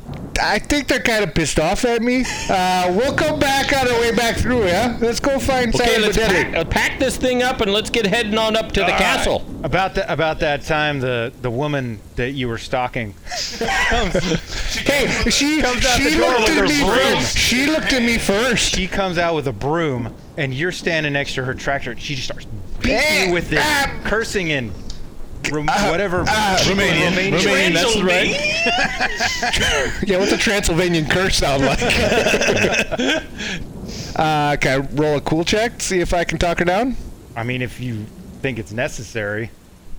Speaker 10: I think they're kind of pissed off at me. Uh, we'll come back on our way back through, yeah? Let's go find
Speaker 11: okay, let's
Speaker 10: Badelli.
Speaker 11: pack, uh, pack this thing up and let's get heading on up to the
Speaker 10: right.
Speaker 11: castle.
Speaker 7: about that about that time, the the woman that you were stalking
Speaker 10: Hey, she
Speaker 7: Comes out
Speaker 10: she
Speaker 7: the door
Speaker 10: looked
Speaker 7: with
Speaker 10: at
Speaker 7: her
Speaker 10: me
Speaker 7: broom.
Speaker 10: first. She looked at me first.
Speaker 7: she comes out with a broom and you're standing next to her tractor and she just starts beating
Speaker 10: Eh,
Speaker 7: you with this
Speaker 10: ah.
Speaker 7: cursing in Rum- whatever
Speaker 10: ah,
Speaker 7: people in
Speaker 10: Romanian.
Speaker 7: Romania-
Speaker 10: Romanian, that's right. yeah, what's a Transylvanian curse sound like? uh, can I roll a cool check? See if I can talk her down?
Speaker 7: i mean if you think it's necessary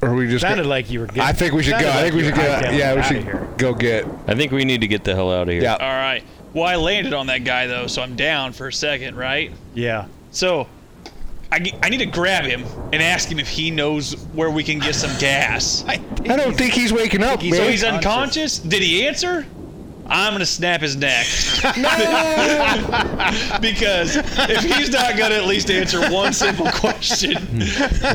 Speaker 10: Or we just?
Speaker 7: sounded like you were getting,
Speaker 10: I think we should go.
Speaker 7: sounded
Speaker 10: I
Speaker 7: like
Speaker 10: think we
Speaker 7: you
Speaker 10: should
Speaker 7: were
Speaker 10: go.
Speaker 7: getting
Speaker 10: Yeah, we
Speaker 7: out of
Speaker 10: should
Speaker 7: here.
Speaker 10: go get.
Speaker 11: I think we need to get the hell out of here.
Speaker 10: Yeah.
Speaker 8: All right. Well, I landed on that guy though, so I'm down for a second, right?
Speaker 7: yeah
Speaker 8: So, I, ge- I need to grab him and ask him if he knows where we can get some gas.
Speaker 10: I don't think he's waking up,
Speaker 7: he's-
Speaker 8: so
Speaker 10: man.
Speaker 8: he's unconscious. Did he answer? I'm gonna snap his neck because if he's not gonna at least answer one simple question,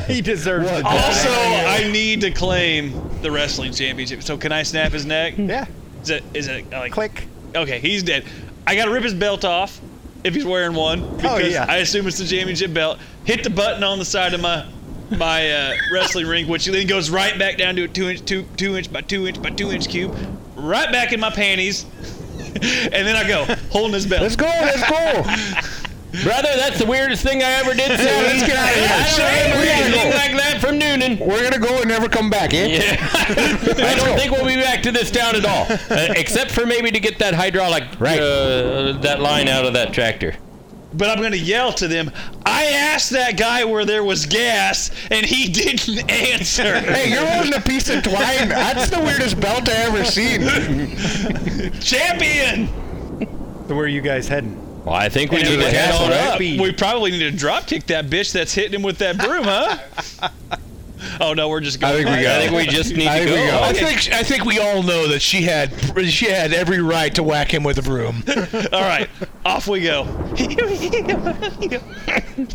Speaker 7: he deserves it
Speaker 8: also I need to claim the wrestling championship. So can I snap his neck?
Speaker 7: yeah
Speaker 8: Is it is it like
Speaker 7: click
Speaker 8: Okay, he's dead. I gotta rip his belt off if he's wearing
Speaker 10: Oh,
Speaker 8: one because
Speaker 7: yeah.
Speaker 8: I assume it's the championship belt. Hit the button on the side of my my uh, wrestling ring, which then goes right back down to a two inch two two inch by two inch by two inch cube, right back in my panties, and then I go holding his belt.
Speaker 10: Let's go. Let's go.
Speaker 11: Brother, that's the weirdest thing I ever did. Say.
Speaker 10: let's get out of here.
Speaker 11: I don't
Speaker 10: Sure,
Speaker 11: remember
Speaker 10: we gotta
Speaker 11: anything
Speaker 10: go.
Speaker 11: like that from Noonan.
Speaker 10: We're gonna go and never come back, eh?
Speaker 11: Yeah. I
Speaker 10: Let's
Speaker 11: don't
Speaker 10: go.
Speaker 11: think we'll be back to this town at all, uh, except for maybe to get that hydraulic
Speaker 10: Right.
Speaker 11: uh, that line out of that tractor.
Speaker 8: But I'm gonna yell to them. I asked that guy where there was gas, and he didn't answer.
Speaker 10: Hey, you're holding a piece of twine. That's the weirdest belt I ever seen.
Speaker 8: champion.
Speaker 7: so where are you guys heading
Speaker 11: Well, I think we
Speaker 8: And
Speaker 11: need
Speaker 8: it
Speaker 11: to
Speaker 8: was
Speaker 11: head
Speaker 8: all
Speaker 11: on
Speaker 8: right.
Speaker 11: up.
Speaker 8: We probably need to drop kick that bitch that's hitting him with that broom, huh? oh no, we're just going.
Speaker 10: I think we
Speaker 8: back.
Speaker 10: go.
Speaker 11: I think we just need to go.
Speaker 10: I
Speaker 8: Okay.
Speaker 10: think I think we all know that she had she had every right to whack him with a broom.
Speaker 8: All right, off we go.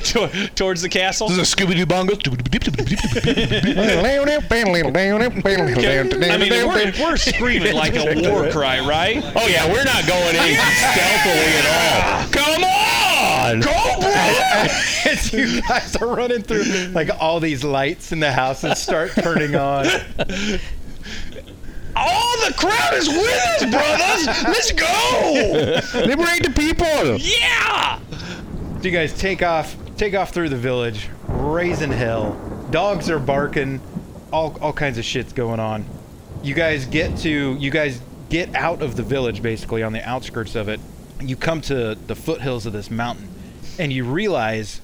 Speaker 8: Tor- Towards the castle.
Speaker 10: This is a Scooby Doo bongo.
Speaker 8: I mean, we're, we're screaming like a war cry, right?
Speaker 11: Oh yeah, we're not going in stealthily at all. Come on! Go,
Speaker 7: as you guys are running through like all these lights in the houses start turning on
Speaker 8: All the crowd is with us, brothers. Let's go!
Speaker 10: Liberate the people.
Speaker 8: Yeah!
Speaker 7: So you guys take off, take off through the village, raising hell. Dogs are barking, all all kinds of shits going on. You guys get to, you guys get out of the village basically on the outskirts of it. You come to the foothills of this mountain, and you realize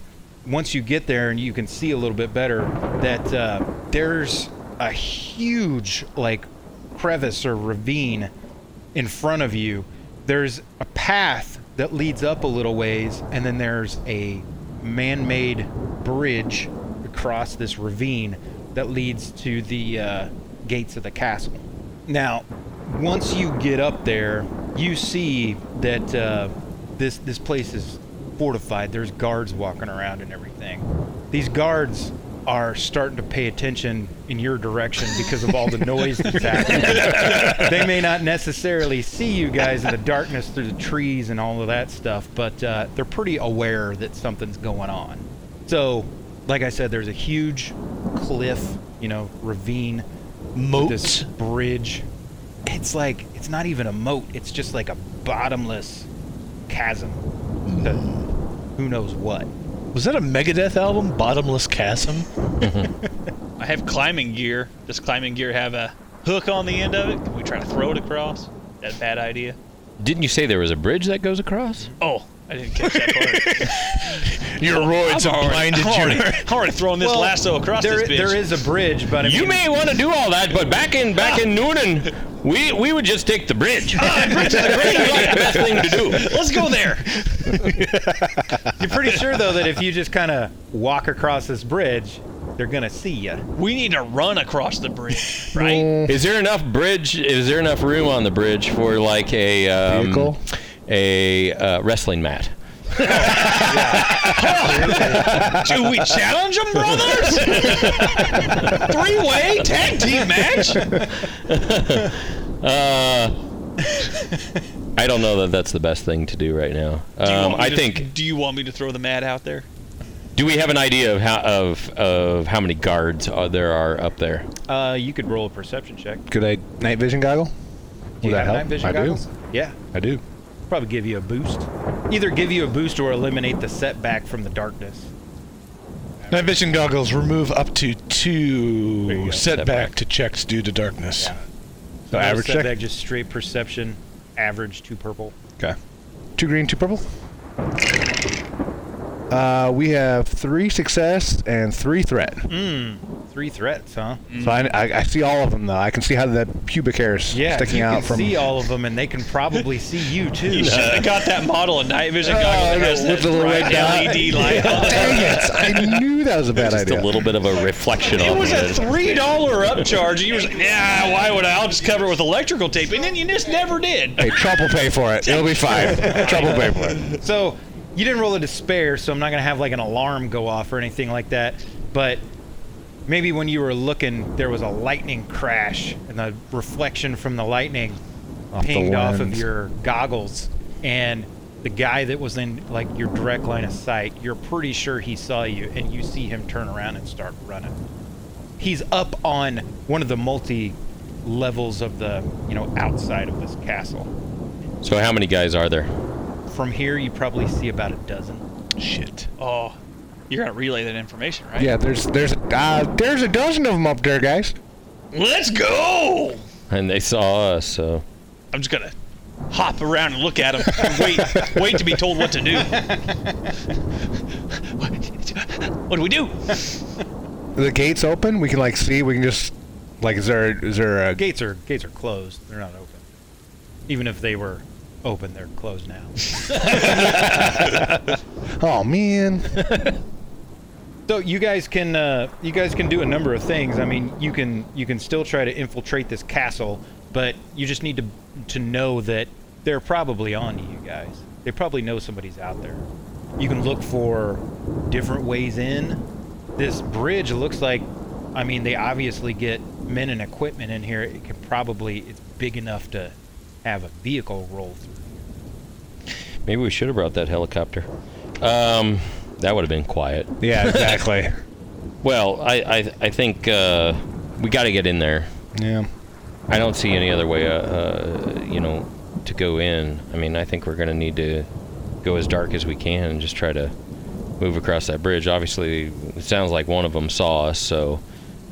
Speaker 7: once you get there and you can see a little bit better that uh, there's a huge like crevice or ravine in front of you, there's a path that leads up a little ways, and then there's a man made bridge across this ravine that leads to the uh, gates of the castle. Now, once you get up there, you see that uh, this, this place is fortified. There's guards walking around and everything. These guards are starting to pay attention in your direction because of all the noise that's happening. they may not necessarily see you guys in the darkness through the trees and all of that stuff, but uh, they're pretty aware that something's going on. So like I said, there's a huge cliff, you know, ravine, moat, this bridge. It's like it's not even a moat. It's just like a bottomless chasm. to who knows what?
Speaker 9: Was that a Megadeth album? Bottomless Chasm.
Speaker 8: I have climbing gear. Does climbing gear have a hook on the end of it? Can we try to throw it across? That a bad idea?
Speaker 11: Didn't you say there was a bridge that goes across?
Speaker 8: Oh, I didn't catch that part.
Speaker 9: Your roids
Speaker 8: I'm
Speaker 9: have
Speaker 8: already-
Speaker 9: blinded
Speaker 8: I'm
Speaker 9: your-
Speaker 8: already- I'm already throwing this
Speaker 7: Well,
Speaker 8: lasso across
Speaker 7: there
Speaker 8: this
Speaker 7: i-
Speaker 8: bitch.
Speaker 7: there is a bridge, but I
Speaker 11: You
Speaker 7: mean-
Speaker 11: may want to do all that, but back in back in Noonan, we we would just take the bridge.
Speaker 8: bridge is a great idea.
Speaker 11: Ah. the best thing to do.
Speaker 8: Let's go there.
Speaker 7: You're pretty sure though that if you just kind of walk across this bridge, they're gonna see you.
Speaker 8: We need to run across the bridge, right?
Speaker 11: Is there enough bridge? Is there enough room on the bridge for like a um,
Speaker 9: Vehicle?
Speaker 11: a uh, wrestling mat?
Speaker 9: Oh,
Speaker 8: Do we challenge them, brothers? Three way tag team match?
Speaker 11: Uh, I don't know that that's the best thing to do right now.
Speaker 8: Do you
Speaker 11: Um,
Speaker 8: want me
Speaker 11: I
Speaker 8: to-
Speaker 11: think.
Speaker 8: Do you want me to throw the mat out there?
Speaker 11: Do we have an idea of how of of how many guards are, there are up there?
Speaker 7: Uh, you could roll a perception check.
Speaker 9: Could I night vision goggle?
Speaker 7: Do you
Speaker 9: Would that
Speaker 7: have
Speaker 9: help?
Speaker 7: night vision
Speaker 9: I
Speaker 7: goggles?
Speaker 9: do.
Speaker 7: Yeah,
Speaker 9: I do.
Speaker 7: probably give you a boost. Either give you a boost or eliminate the setback from the darkness.
Speaker 9: Night vision goggles remove up to two setback,
Speaker 7: Setback.
Speaker 9: to checks due to darkness.
Speaker 7: Yeah.
Speaker 9: So
Speaker 7: No
Speaker 9: average
Speaker 7: setback,
Speaker 9: check.
Speaker 7: just straight perception. Average two purple.
Speaker 9: Okay. Two green, two purple. Uh, we have three success and three threat.
Speaker 7: Mmm. Three threats, huh?
Speaker 9: So I, I, I see all of them though. I can see how the pubic hair is
Speaker 7: Yeah,
Speaker 9: sticking
Speaker 7: you
Speaker 9: out
Speaker 7: can
Speaker 9: from.
Speaker 7: see all of them, and they can probably see you too.
Speaker 8: You should have got that model of night vision
Speaker 9: Oh,
Speaker 8: goggles that has
Speaker 9: with
Speaker 8: that
Speaker 9: the little red
Speaker 8: bright
Speaker 9: dot.
Speaker 8: LED light on it.
Speaker 9: Dang it! I knew that was a bad
Speaker 11: Just
Speaker 9: idea.
Speaker 11: a little bit of a reflection
Speaker 8: It
Speaker 11: off
Speaker 8: was
Speaker 11: of
Speaker 8: a
Speaker 11: it.
Speaker 8: three dollar upcharge, and you were like, "Yeah, why would I? I'll just cover it with electrical tape," and then you just never did.
Speaker 9: Hey, Trump will pay for it. It'll be fine. Trump will pay for it.
Speaker 7: So you didn't roll a despair, so I'm not gonna have like an alarm go off or anything like that. But maybe when you were looking, there was a lightning crash, and the reflection from the lightning
Speaker 9: Off the
Speaker 7: pinged off of
Speaker 9: lens.
Speaker 7: your goggles, and the guy that was in like your direct line of sight, you're pretty sure he saw you, and you see him turn around and start running. He's up on one of the multi levels of the you know outside of this castle.
Speaker 11: So how many guys are there?
Speaker 7: From here, you probably see about a dozen.
Speaker 9: Shit.
Speaker 8: Oh, you're gonna relay that information, right?
Speaker 9: Yeah, there's there's uh, there's a dozen of them up there, guys.
Speaker 8: Let's go.
Speaker 11: And they saw us, so
Speaker 8: I'm just gonna hop around and look at them and wait, wait to be told what to do. What do we do?
Speaker 9: The gates open. We can like see. We can just like is there is there a
Speaker 7: Gates are gates are closed. They're not open. Even if they were open, they're closed now.
Speaker 9: oh man.
Speaker 7: so you guys can uh, you guys can do a number of things. I mean, you can you can still try to infiltrate this castle, but you just need to to know that they're probably on to you guys. They probably know somebody's out there. You can look for different ways in. This bridge looks like I mean, they obviously get men and equipment in here. It could probably it's big enough to have a vehicle roll through.
Speaker 11: maybe we should have brought that helicopter. Um, that would have been quiet.
Speaker 9: Yeah, exactly.
Speaker 11: Well, I I, I think uh, we got to get in there.
Speaker 9: yeah.
Speaker 11: I don't see any other way, uh, uh, you know, to go in. I mean, I think we're gonna need to go as dark as we can and just try to move across that bridge. Obviously, it sounds like one of them saw us, so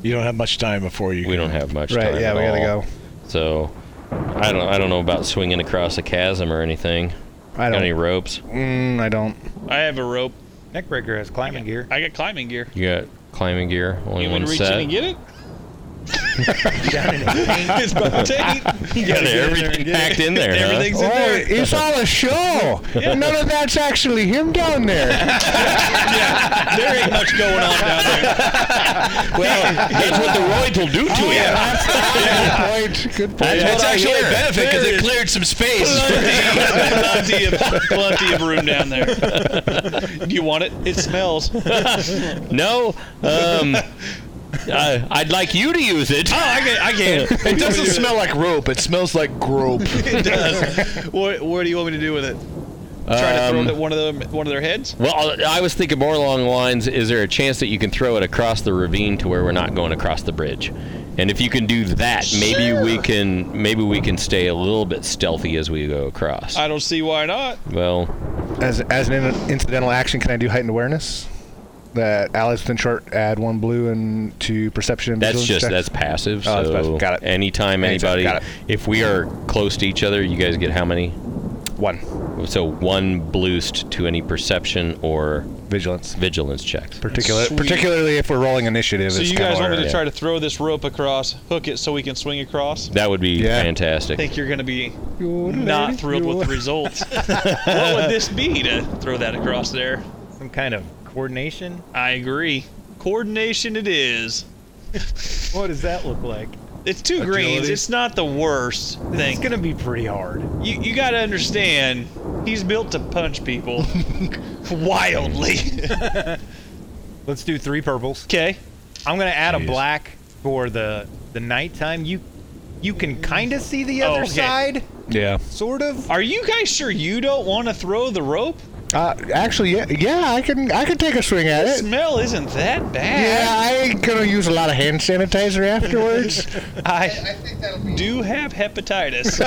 Speaker 9: You don't have much time before you.
Speaker 11: we don't have much
Speaker 9: Right,
Speaker 11: time.
Speaker 9: yeah,
Speaker 11: at
Speaker 9: we gotta
Speaker 11: all.
Speaker 9: go.
Speaker 11: So I don't I don't know about swinging across a chasm or anything.
Speaker 9: I
Speaker 11: Got
Speaker 9: don't.
Speaker 11: any ropes?
Speaker 9: Mm, I don't.
Speaker 8: I have a rope.
Speaker 7: Neckbreaker has climbing gear.
Speaker 8: I got climbing gear.
Speaker 11: You got climbing gear, only
Speaker 8: You
Speaker 11: one
Speaker 8: would reach
Speaker 11: set.
Speaker 8: in and get it.
Speaker 7: down in his tank.
Speaker 8: It's about to take.
Speaker 11: You got everything packed in there. huh?
Speaker 8: Everything's in
Speaker 9: Oh,
Speaker 8: there.
Speaker 9: it's all a show. None of that's actually him down there.
Speaker 8: There ain't much going on down there.
Speaker 11: Well, that's what the roids will do to
Speaker 9: Oh,
Speaker 11: you.
Speaker 9: Good point. Good point.
Speaker 11: That's actually a benefit because it
Speaker 10: cleared some space.
Speaker 8: Plenty, of, plenty of room down there. Do you want it? It smells.
Speaker 11: No, um, I, I'd like you to use
Speaker 9: Oh,
Speaker 11: it.
Speaker 8: I can. I can.
Speaker 9: It doesn't smell like rope. It smells like grope.
Speaker 8: It does. What, what do you want me to do with it? Try to throw
Speaker 11: Um,
Speaker 8: it at one of them, one of their heads.
Speaker 11: Well, I was thinking more along the lines: Is there a chance that you can throw it across the ravine to where we're not going across the bridge? And if you can do that, maybe we can maybe we can stay a little bit stealthy as we go across.
Speaker 8: I don't see why not.
Speaker 11: Well,
Speaker 13: As as an in- incidental action, can I do heightened awareness? That allies within short add one blue and to perception. and
Speaker 11: that's
Speaker 13: vigilance
Speaker 11: just
Speaker 13: checks?
Speaker 11: that's passive.
Speaker 13: Oh, that's
Speaker 11: so
Speaker 13: passive. Got it.
Speaker 11: Anytime
Speaker 13: Anytime,
Speaker 11: anybody,
Speaker 13: got it.
Speaker 11: if we are close to each other, you guys get how many? One. So one bloost to any perception or
Speaker 13: vigilance
Speaker 11: vigilance checks.
Speaker 13: Particular,
Speaker 8: Sweet.
Speaker 13: particularly if we're rolling initiative.
Speaker 8: So
Speaker 13: it's
Speaker 8: you
Speaker 13: kinda
Speaker 8: guys want me to
Speaker 13: hard.
Speaker 8: try to throw this rope across, hook it so we can swing across?
Speaker 11: That would be
Speaker 8: I
Speaker 11: fantastic.
Speaker 8: think you're going to be not thrilled with the results. what would this be to throw that across there?
Speaker 7: Some kind of coordination?
Speaker 8: I agree. Coordination it is.
Speaker 7: What does that look like?
Speaker 8: It's two greens.
Speaker 7: Agility?
Speaker 8: It's not the worst thing. It's
Speaker 7: gonna be pretty hard.
Speaker 8: You you gotta understand, he's built to punch people wildly.
Speaker 7: Let's do three purples.
Speaker 8: Okay.
Speaker 7: I'm gonna add a black for the the nighttime. You you can kind of see the
Speaker 8: Oh,
Speaker 7: other
Speaker 8: okay.
Speaker 7: side.
Speaker 13: Yeah.
Speaker 7: Sort of.
Speaker 8: Are you guys sure you don't want to throw the rope?
Speaker 13: Uh, actually, yeah, yeah, I can, I can take a swing at
Speaker 8: The
Speaker 13: it.
Speaker 8: smell isn't that
Speaker 13: Yeah,
Speaker 8: bad.
Speaker 13: I ain't gonna use a lot of hand sanitizer afterwards.
Speaker 8: I, do have hepatitis.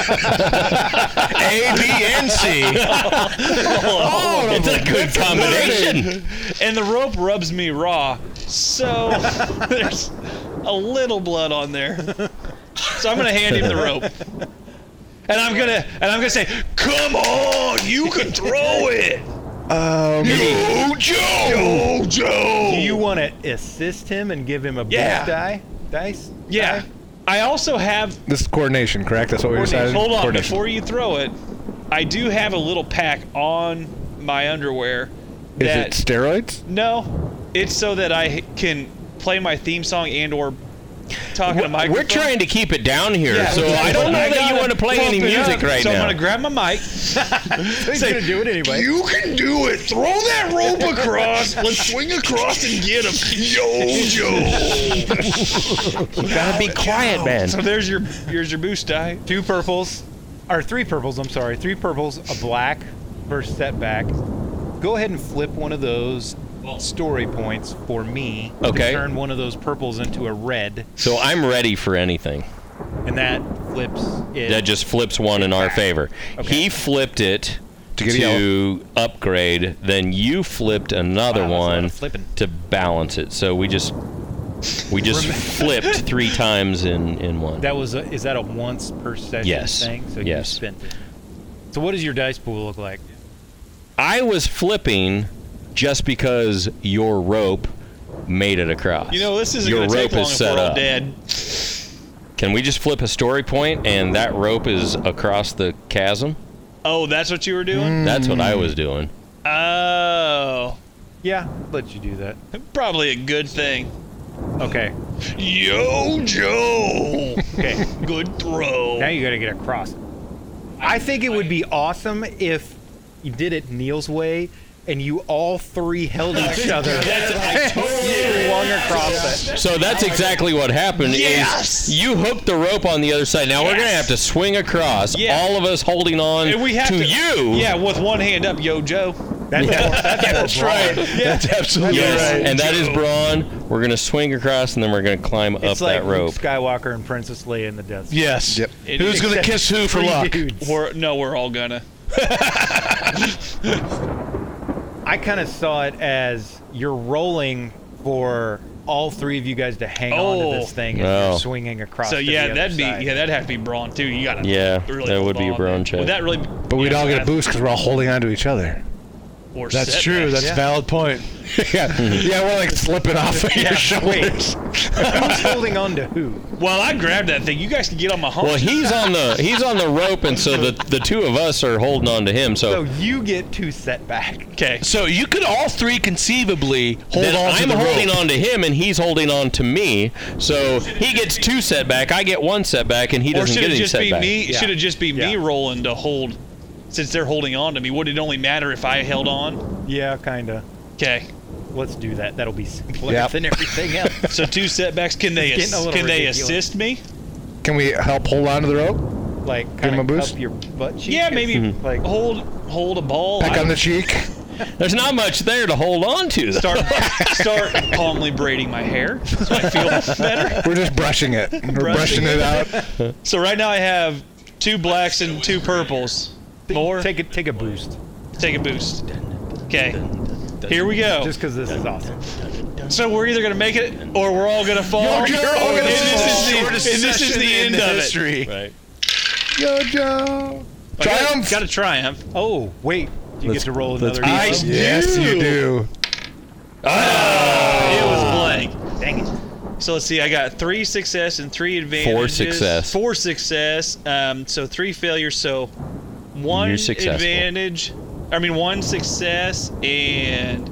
Speaker 10: A, B, and C.
Speaker 8: Oh,
Speaker 10: it's a good combination.
Speaker 8: and the rope rubs me raw, so there's a little blood on there. So I'm gonna hand him the rope, and I'm gonna and I'm gonna say, "Come on, you can throw it."
Speaker 13: Um,
Speaker 10: Yo, Joe. Yo, Joe.
Speaker 7: Do you want to assist him and give him a
Speaker 8: Yeah.
Speaker 7: boost die? Dice?
Speaker 8: Yeah. I also have
Speaker 13: this is coordination, correct? That's what we decided.
Speaker 8: Hold on,
Speaker 13: Coordination.
Speaker 8: before you throw it, I do have a little pack on my underwear.
Speaker 13: Is
Speaker 8: That
Speaker 13: it steroids?
Speaker 8: no, it's so that I can play my theme song and or talk in a microphone.
Speaker 11: We're trying to keep it down here,
Speaker 8: Yeah,
Speaker 11: so
Speaker 8: but
Speaker 11: I don't know that you
Speaker 8: gotta
Speaker 11: want to play any
Speaker 8: pump it
Speaker 11: music
Speaker 8: up.
Speaker 11: right
Speaker 8: so
Speaker 11: now.
Speaker 8: I'm gonna grab my mic.
Speaker 7: He's
Speaker 8: Say,
Speaker 7: gonna do it anyway.
Speaker 10: You can do it. Throw that rope across. Let's swing across and get him. Yo, Joe.
Speaker 11: You gotta be quiet, man.
Speaker 8: So there's your here's your boost die.
Speaker 7: Two purples, or three purples, I'm sorry. Three purples, a black first setback. Go ahead and flip one of those story points for me. to
Speaker 11: Okay.
Speaker 7: turn one of those purples into a red,
Speaker 11: So I'm ready for anything.
Speaker 7: and that flips it.
Speaker 11: That just flips one in our favor. He flipped it to,
Speaker 13: get a
Speaker 11: upgrade, then you flipped another
Speaker 7: Wow, that's a lot
Speaker 11: one
Speaker 7: of uh, flipping.
Speaker 11: to balance it. So we just we just flipped three times in in one.
Speaker 7: That was a, is that a once per session
Speaker 11: Yes.
Speaker 7: thing? So
Speaker 11: Yes.
Speaker 7: you spent it. So what does your dice pool look like?
Speaker 11: I was flipping just because your rope made it across.
Speaker 8: You know this isn't
Speaker 11: your
Speaker 8: gonna
Speaker 11: rope
Speaker 8: take long
Speaker 11: is
Speaker 8: if
Speaker 11: set
Speaker 8: we're all
Speaker 11: up.
Speaker 8: dead.
Speaker 11: Can we just flip a story point and that rope is across the chasm?
Speaker 8: Oh, that's what you were doing.
Speaker 11: That's what I was doing.
Speaker 8: Oh,
Speaker 7: Yeah, let you do that.
Speaker 8: probably a good thing.
Speaker 7: Okay.
Speaker 10: Yo, Joe.
Speaker 7: Okay.
Speaker 8: Good throw.
Speaker 7: Now you gotta get across it. I think it would be awesome if you did it Neil's way and you all three held each other.
Speaker 10: That's- I totally-
Speaker 7: swung across it.
Speaker 11: So that's exactly what happened.
Speaker 10: Yes!
Speaker 11: Is you hooked the rope on the other side. Now we're gonna have to swing across.
Speaker 8: Yeah.
Speaker 11: All of us holding on
Speaker 8: And we have
Speaker 11: to,
Speaker 8: to-
Speaker 11: you.
Speaker 8: Yeah, with one hand up, yo, Joe.
Speaker 7: That's,
Speaker 11: Yeah.
Speaker 7: more- that's, more
Speaker 10: That's
Speaker 7: broad.
Speaker 10: right. That's absolutely
Speaker 11: Yes.
Speaker 10: right.
Speaker 11: And that is brawn. We're gonna swing across and then we're gonna climb
Speaker 7: It's
Speaker 11: up
Speaker 7: like
Speaker 11: that rope.
Speaker 7: Luke Skywalker and Princess Leia in the Death Star.
Speaker 9: Yes.
Speaker 13: Yep.
Speaker 9: Who's gonna
Speaker 7: Except
Speaker 9: kiss who for
Speaker 7: three
Speaker 9: luck?
Speaker 7: dudes.
Speaker 8: We're, no, we're all gonna.
Speaker 7: I kind of saw it as you're rolling for all three of you guys to hang on to
Speaker 8: Oh.
Speaker 7: this thing as
Speaker 11: Oh.
Speaker 7: you're swinging across.
Speaker 8: So
Speaker 7: to
Speaker 8: yeah,
Speaker 7: the other
Speaker 8: that'd be
Speaker 7: side.
Speaker 8: yeah, that'd have to be brawn too. You gotta
Speaker 11: Yeah,
Speaker 8: really
Speaker 11: that would be
Speaker 8: hold on.
Speaker 11: brawn check.
Speaker 8: Would that really?
Speaker 13: But we'd all get a boost because we're all holding on to each other.
Speaker 9: That's true. That's
Speaker 7: Yeah.
Speaker 9: valid point.
Speaker 13: yeah, yeah, we're like slipping off of your shoulders.
Speaker 7: Who's holding on to who?
Speaker 8: Well, I grabbed that thing. You guys can get on my hump.
Speaker 11: well, he's on the he's on the rope, and so the the two of us are holding on to him.
Speaker 7: So
Speaker 11: So,
Speaker 7: you get two setback.
Speaker 8: okay.
Speaker 9: So you could all three conceivably hold
Speaker 11: then
Speaker 9: on to
Speaker 11: I'm
Speaker 9: the
Speaker 11: holding
Speaker 9: rope.
Speaker 11: on to him, and he's holding on to me. So he gets two setback. I get one setback, and he
Speaker 8: Or
Speaker 11: doesn't
Speaker 8: should
Speaker 11: get
Speaker 8: it
Speaker 11: any
Speaker 8: just be
Speaker 11: setback.
Speaker 8: me?
Speaker 7: Yeah.
Speaker 8: Should it just be me
Speaker 7: Yeah.
Speaker 8: rolling to hold? Since they're holding on to me, would it only matter if I held on?
Speaker 7: Yeah, kinda.
Speaker 8: Okay.
Speaker 7: Let's do that. That'll be simpler
Speaker 13: Yep.
Speaker 7: than everything else.
Speaker 8: So two setbacks. Can they
Speaker 7: It's getting a
Speaker 8: ass-
Speaker 7: little
Speaker 8: can they
Speaker 7: ridiculous.
Speaker 8: assist me?
Speaker 13: Can we help hold on to the rope?
Speaker 7: like
Speaker 13: him
Speaker 7: kind
Speaker 13: a
Speaker 7: of
Speaker 13: boost?
Speaker 7: cup your butt cheek.
Speaker 8: Yeah,
Speaker 7: or
Speaker 8: maybe
Speaker 7: something, like
Speaker 8: hold hold a ball.
Speaker 7: Peck on the
Speaker 13: cheek.
Speaker 11: There's not much there to hold on to. Though.
Speaker 8: Start start calmly braiding my hair. So I feel better.
Speaker 13: We're just brushing it. We're brushing, it out.
Speaker 8: So right now I have two blacks and two purples. More. Take
Speaker 7: a take a boost.
Speaker 8: Take a boost. Okay. Here we go.
Speaker 7: Just because this is awesome.
Speaker 8: So we're either gonna make it or we're all gonna fall.
Speaker 7: You're- you're all
Speaker 8: and
Speaker 7: gonna
Speaker 8: this
Speaker 7: fall.
Speaker 8: is the,
Speaker 7: Shortest
Speaker 8: and this is
Speaker 7: session
Speaker 8: the
Speaker 7: in
Speaker 8: end of
Speaker 7: history.
Speaker 8: it. Right.
Speaker 13: Yo, Joe.
Speaker 8: Triumph. Got a triumph.
Speaker 7: Oh wait, you get to roll
Speaker 8: let's
Speaker 7: another.
Speaker 8: beat
Speaker 7: die.
Speaker 8: some- Yes, you
Speaker 13: do.
Speaker 11: Ah!
Speaker 8: It was blank. Oh. Dang it. So let's see. I got three success and three advantages.
Speaker 11: success.
Speaker 8: Four success. Um, so three failures. So one
Speaker 11: You're successful.
Speaker 8: advantage. I mean, one success and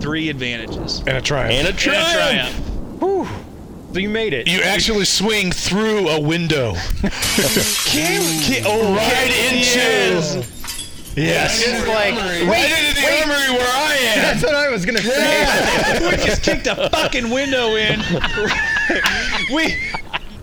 Speaker 8: three advantages.
Speaker 9: And a triumph.
Speaker 11: And a triumph.
Speaker 7: So you made it.
Speaker 9: You actually swing through a window.
Speaker 8: Can, can, oh,
Speaker 9: right into. Yes.
Speaker 7: It's like
Speaker 9: Right into the armory where I am.
Speaker 7: That's what I was gonna say.
Speaker 8: we just kicked a fucking window in. we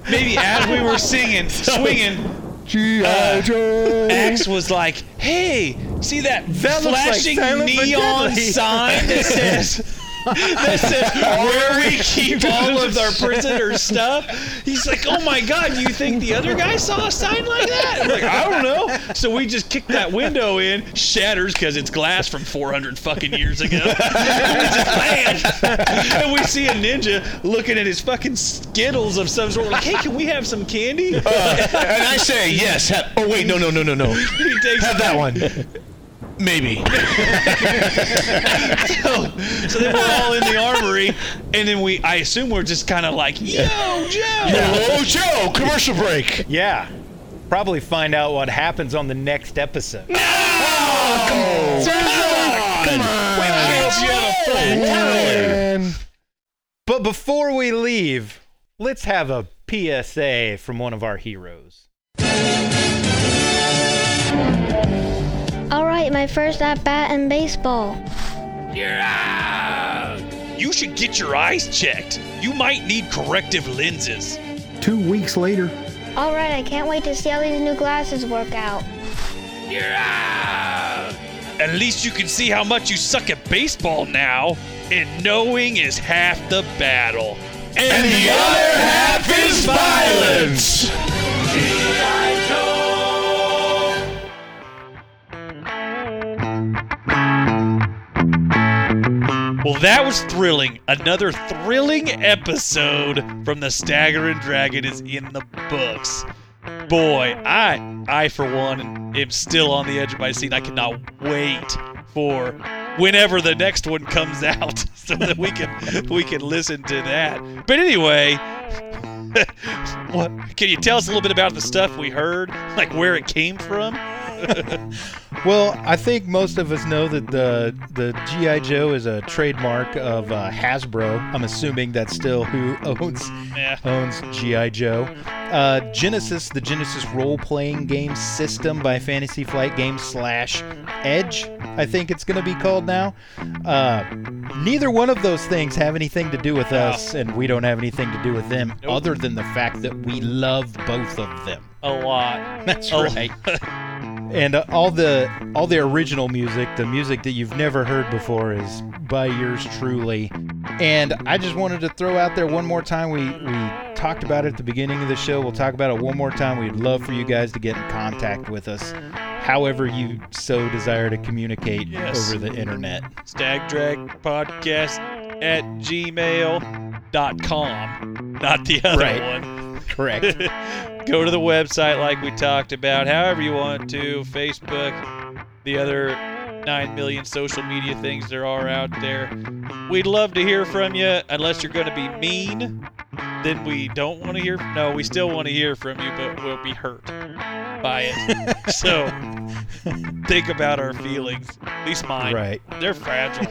Speaker 8: maybe as we were singing, swinging,
Speaker 13: G.I. Joe.
Speaker 8: Axe was like, "Hey, see that
Speaker 7: That looks like
Speaker 8: flashing
Speaker 7: Silent but
Speaker 8: neon
Speaker 7: Deadly."
Speaker 8: sign that says." that says where we keep all of our prisoner stuff. He's like, oh my god, you think the other guy saw a sign like that? I'm like, I don't know. So we just kicked that window in, shatters because it's glass from 400 fucking years ago. We just, bam! and we see a ninja looking at his fucking skittles of some sort. We're like, hey, can we have some candy?
Speaker 7: Oh,
Speaker 9: Uh, and I say yes. Have, oh wait, no, no, no, no, no.
Speaker 8: he takes
Speaker 9: Have that one. Maybe.
Speaker 8: so, so then we're all in the armory, and then we, I assume we're just kind of like, yo, Joe.
Speaker 9: Hello, Joe. Commercial break.
Speaker 7: Yeah. Probably find out what happens on the next episode.
Speaker 13: And
Speaker 7: But before we leave, let's have a PSA from one of our heroes.
Speaker 1: All right, my first at bat in baseball.
Speaker 8: You should get your eyes checked. You might need corrective lenses.
Speaker 14: Two weeks later.
Speaker 1: All right, I can't wait to see how these new glasses work out.
Speaker 8: At least you can see how much you suck at baseball now. And knowing is half the battle. And, the, other half is
Speaker 9: violence.
Speaker 8: Well, that was thrilling. Another thrilling episode from The Stagger and Dragon is in the books. Boy, I, I for one, am still on the edge of my seat. I cannot wait for whenever the next one comes out, so that we can we can listen to that. But anyway, what can you tell us a little bit about the stuff we heard, like where it came from?
Speaker 7: Well, I think most of us know that the the GI Joe is a trademark of uh, Hasbro. I'm assuming that's still who owns
Speaker 8: Yeah.
Speaker 7: owns GI Joe. Uh, Genesis, the Genesis role playing game system by Fantasy Flight Games slash Edge, I think it's going to be called now. Uh, neither one of those things have anything to do with us, and we don't have anything to do with them, other than the fact that we love both of them.
Speaker 8: A lot.
Speaker 7: That's
Speaker 8: A lot.
Speaker 7: right. and uh, all the all the original music, the music that you've never heard before, is by yours truly. And I just wanted to throw out there one more time. We we talked about it at the beginning of the show. We'll talk about it one more time. We'd love for you guys to get in contact with us, however you so desire to communicate
Speaker 8: Yes.
Speaker 7: over the internet.
Speaker 8: stagdragpodcast at gmail.com. Not the other
Speaker 7: Right.
Speaker 8: one.
Speaker 7: Correct.
Speaker 8: Go to the website like we talked about, however you want to, Facebook, the other 9 million social media things there are out there. We'd love to hear from you, unless you're going to be mean. Then we don't want to hear. No, we still want to hear from you, but we'll be hurt by it. so think about our feelings, at least mine.
Speaker 7: Right.
Speaker 8: They're fragile.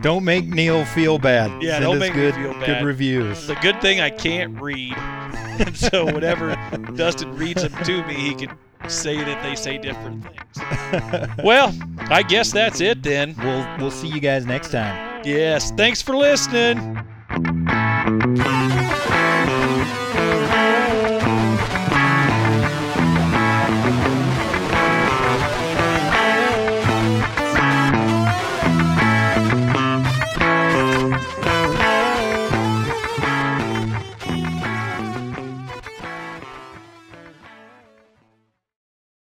Speaker 7: Don't make Neil feel bad.
Speaker 8: Yeah,
Speaker 7: Send
Speaker 8: don't
Speaker 7: us
Speaker 8: make me
Speaker 7: good
Speaker 8: feel bad.
Speaker 7: good reviews.
Speaker 8: It's a good thing I can't read. And so whenever Dustin reads them to me, he can say that they say different things. Well, I guess that's it then.
Speaker 7: We'll we'll see you guys next time.
Speaker 8: Yes, thanks for listening.